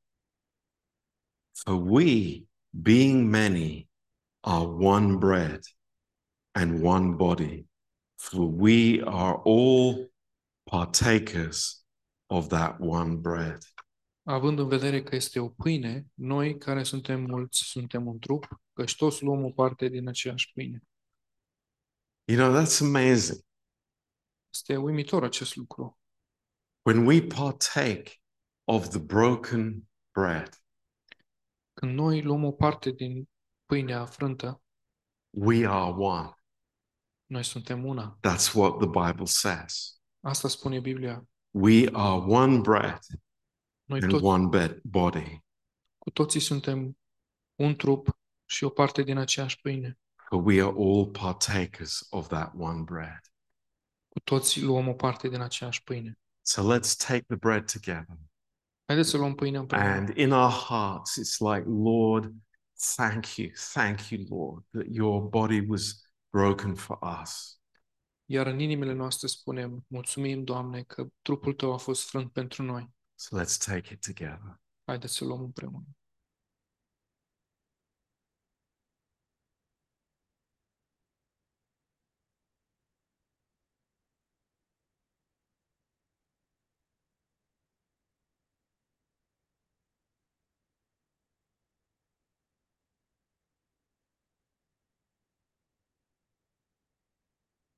Speaker 2: For we, being many, are one bread and one body, for we are all partakers of that one bread.
Speaker 1: Având în vedere că este o pâine, noi care suntem mulți suntem un trup, căci toți luăm o parte din aceeași pâine.
Speaker 2: You know, that's amazing.
Speaker 1: Este uimitor acest lucru.
Speaker 2: When we partake of the broken bread,
Speaker 1: Când noi luăm o parte din pâinea frântă,
Speaker 2: we are one.
Speaker 1: noi suntem una.
Speaker 2: That's what the Bible says.
Speaker 1: Asta spune Biblia.
Speaker 2: We are one bread
Speaker 1: Noi
Speaker 2: and
Speaker 1: toți,
Speaker 2: one bed body,
Speaker 1: cu toții suntem un trup și o parte din aceeași pâine.
Speaker 2: for we are all partakers of that one bread.
Speaker 1: Cu toții luăm o parte din aceeași pâine.
Speaker 2: So let's take the bread together.
Speaker 1: Haideți să luăm pâinea împreună.
Speaker 2: And in our hearts, it's like, Lord, thank you, thank you, Lord, that your body was broken for us.
Speaker 1: Iar în inimile noastre spunem, mulțumim, Doamne, că trupul Tău a fost frânt pentru noi.
Speaker 2: So let's take it together.
Speaker 1: Haideți să luăm împreună.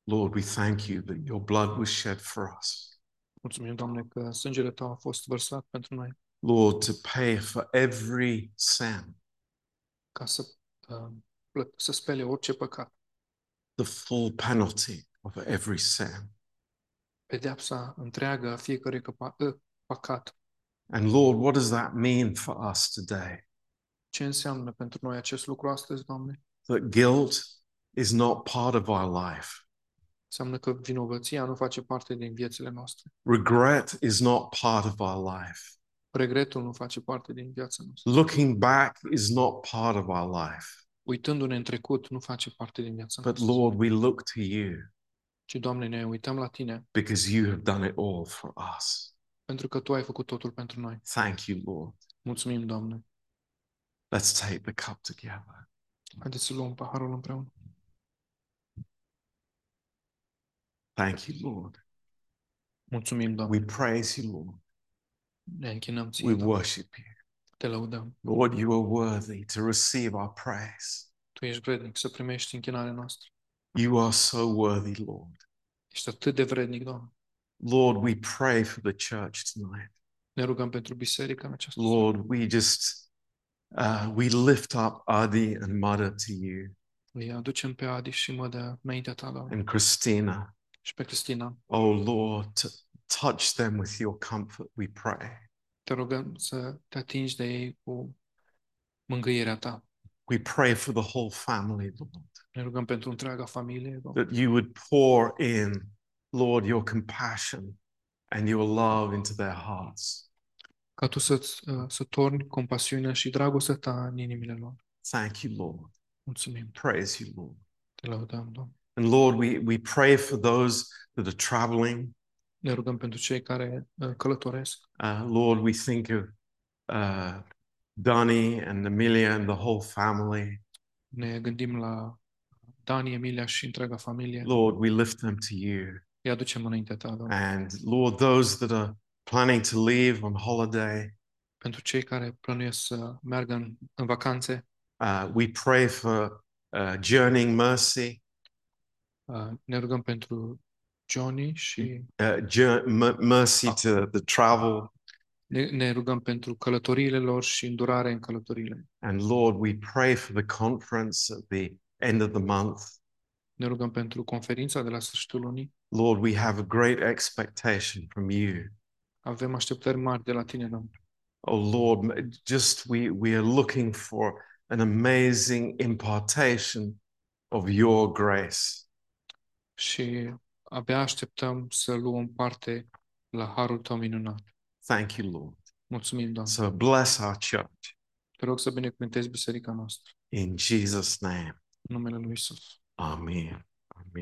Speaker 2: Lord, we thank you that your blood was shed for us.
Speaker 1: Mulțumim, Doamne, că sângele Tău a fost vărsat pentru noi
Speaker 2: Lord, to pay for every sin,
Speaker 1: ca să, uh, plă- să spele orice păcat.
Speaker 2: the full penalty of every sin.
Speaker 1: Pedeapsa întreagă a fiecărui căpa- uh, păcat.
Speaker 2: And Lord, what does that mean for us today?
Speaker 1: Ce înseamnă pentru noi acest lucru astăzi, Doamne?
Speaker 2: That guilt is not part of our life,
Speaker 1: Înseamnă că vinovăția nu face parte din viețile noastre.
Speaker 2: regret is not part of our life,
Speaker 1: Regretul nu face parte din viața noastră.
Speaker 2: looking back is not part of our life.
Speaker 1: Uitându-ne în trecut nu face parte din viața
Speaker 2: But
Speaker 1: noastră.
Speaker 2: Lord, we look to you
Speaker 1: Ci, Doamne, ne uităm la Tine
Speaker 2: because you have done it all for us.
Speaker 1: pentru că Tu ai făcut totul pentru noi.
Speaker 2: Thank you, Lord.
Speaker 1: Mulțumim, Doamne.
Speaker 2: Let's take the cup together.
Speaker 1: Haideți să luăm paharul împreună.
Speaker 2: Thank you, Lord.
Speaker 1: Mulțumim, Doamne.
Speaker 2: We praise you, Lord.
Speaker 1: Ne închinăm ție,
Speaker 2: We
Speaker 1: Doamne.
Speaker 2: worship you.
Speaker 1: Te lăudăm.
Speaker 2: Lord, you are worthy to receive our praise.
Speaker 1: Tu ești vrednic să primești închinarea noastră.
Speaker 2: You are so worthy, Lord.
Speaker 1: Ești atât de vrednic, Doamne.
Speaker 2: Lord, we pray for the church tonight.
Speaker 1: Ne rugăm pentru biserica în această zi.
Speaker 2: Lord, we just uh, we lift up Adi and Mada to you
Speaker 1: Îi aducem pe Adi și mă de înaintea ta, Doamne.
Speaker 2: and Christina.
Speaker 1: Și pe Cristina.
Speaker 2: Oh Lord, t- touch them with your comfort, we pray.
Speaker 1: Te rugăm să te atingi de ei cu mângâierea ta.
Speaker 2: We pray for the whole family, Lord,
Speaker 1: Ne rugăm pentru întreaga familie, Doamne.
Speaker 2: that you would pour in, Lord, your compassion and your love into their hearts.
Speaker 1: Ca tu să-ți, uh, să torni compasiunea și dragostea ta în inimile lor.
Speaker 2: Thank you, Lord.
Speaker 1: Mulțumim.
Speaker 2: Praise you, Lord.
Speaker 1: Te lăudăm, Doamne.
Speaker 2: And Lord, we, we pray for those that are traveling.
Speaker 1: Ne rugăm pentru cei care uh, călătoresc.
Speaker 2: Uh, Lord, we think of uh, Donnie and Amelia and the whole family.
Speaker 1: Ne gândim la Dani, Emilia și întreaga familie.
Speaker 2: Lord, we lift them to you.
Speaker 1: Îi aducem înaintea ta, Doamne.
Speaker 2: And Lord, those that are planning to leave on holiday,
Speaker 1: Pentru cei care plănuiesc să meargă în, în vacanțe,
Speaker 2: uh, we pray for uh, journeying mercy,
Speaker 1: uh, ne rugăm pentru Johnny și
Speaker 2: uh, jour- m- mercy to the travel.
Speaker 1: ne, ne rugăm pentru călătoriile lor și îndurare în călătoriile.
Speaker 2: And Lord, we pray for the conference at the end of the month.
Speaker 1: Ne rugăm pentru conferința de la sfârșitul lunii.
Speaker 2: Lord, we have a great expectation from you.
Speaker 1: Avem așteptări mari de la tine, Doamne.
Speaker 2: Oh Lord, m- just we, we are looking for an amazing impartation of your grace.
Speaker 1: Și abia așteptăm să luăm parte la harul tău minunat.
Speaker 2: Thank you, Lord.
Speaker 1: Mulțumim, Doamne.
Speaker 2: So bless our church
Speaker 1: Te rog să binecuvântezi biserica noastră.
Speaker 2: in Jesus' name.
Speaker 1: În numele lui Isus.
Speaker 2: Amen.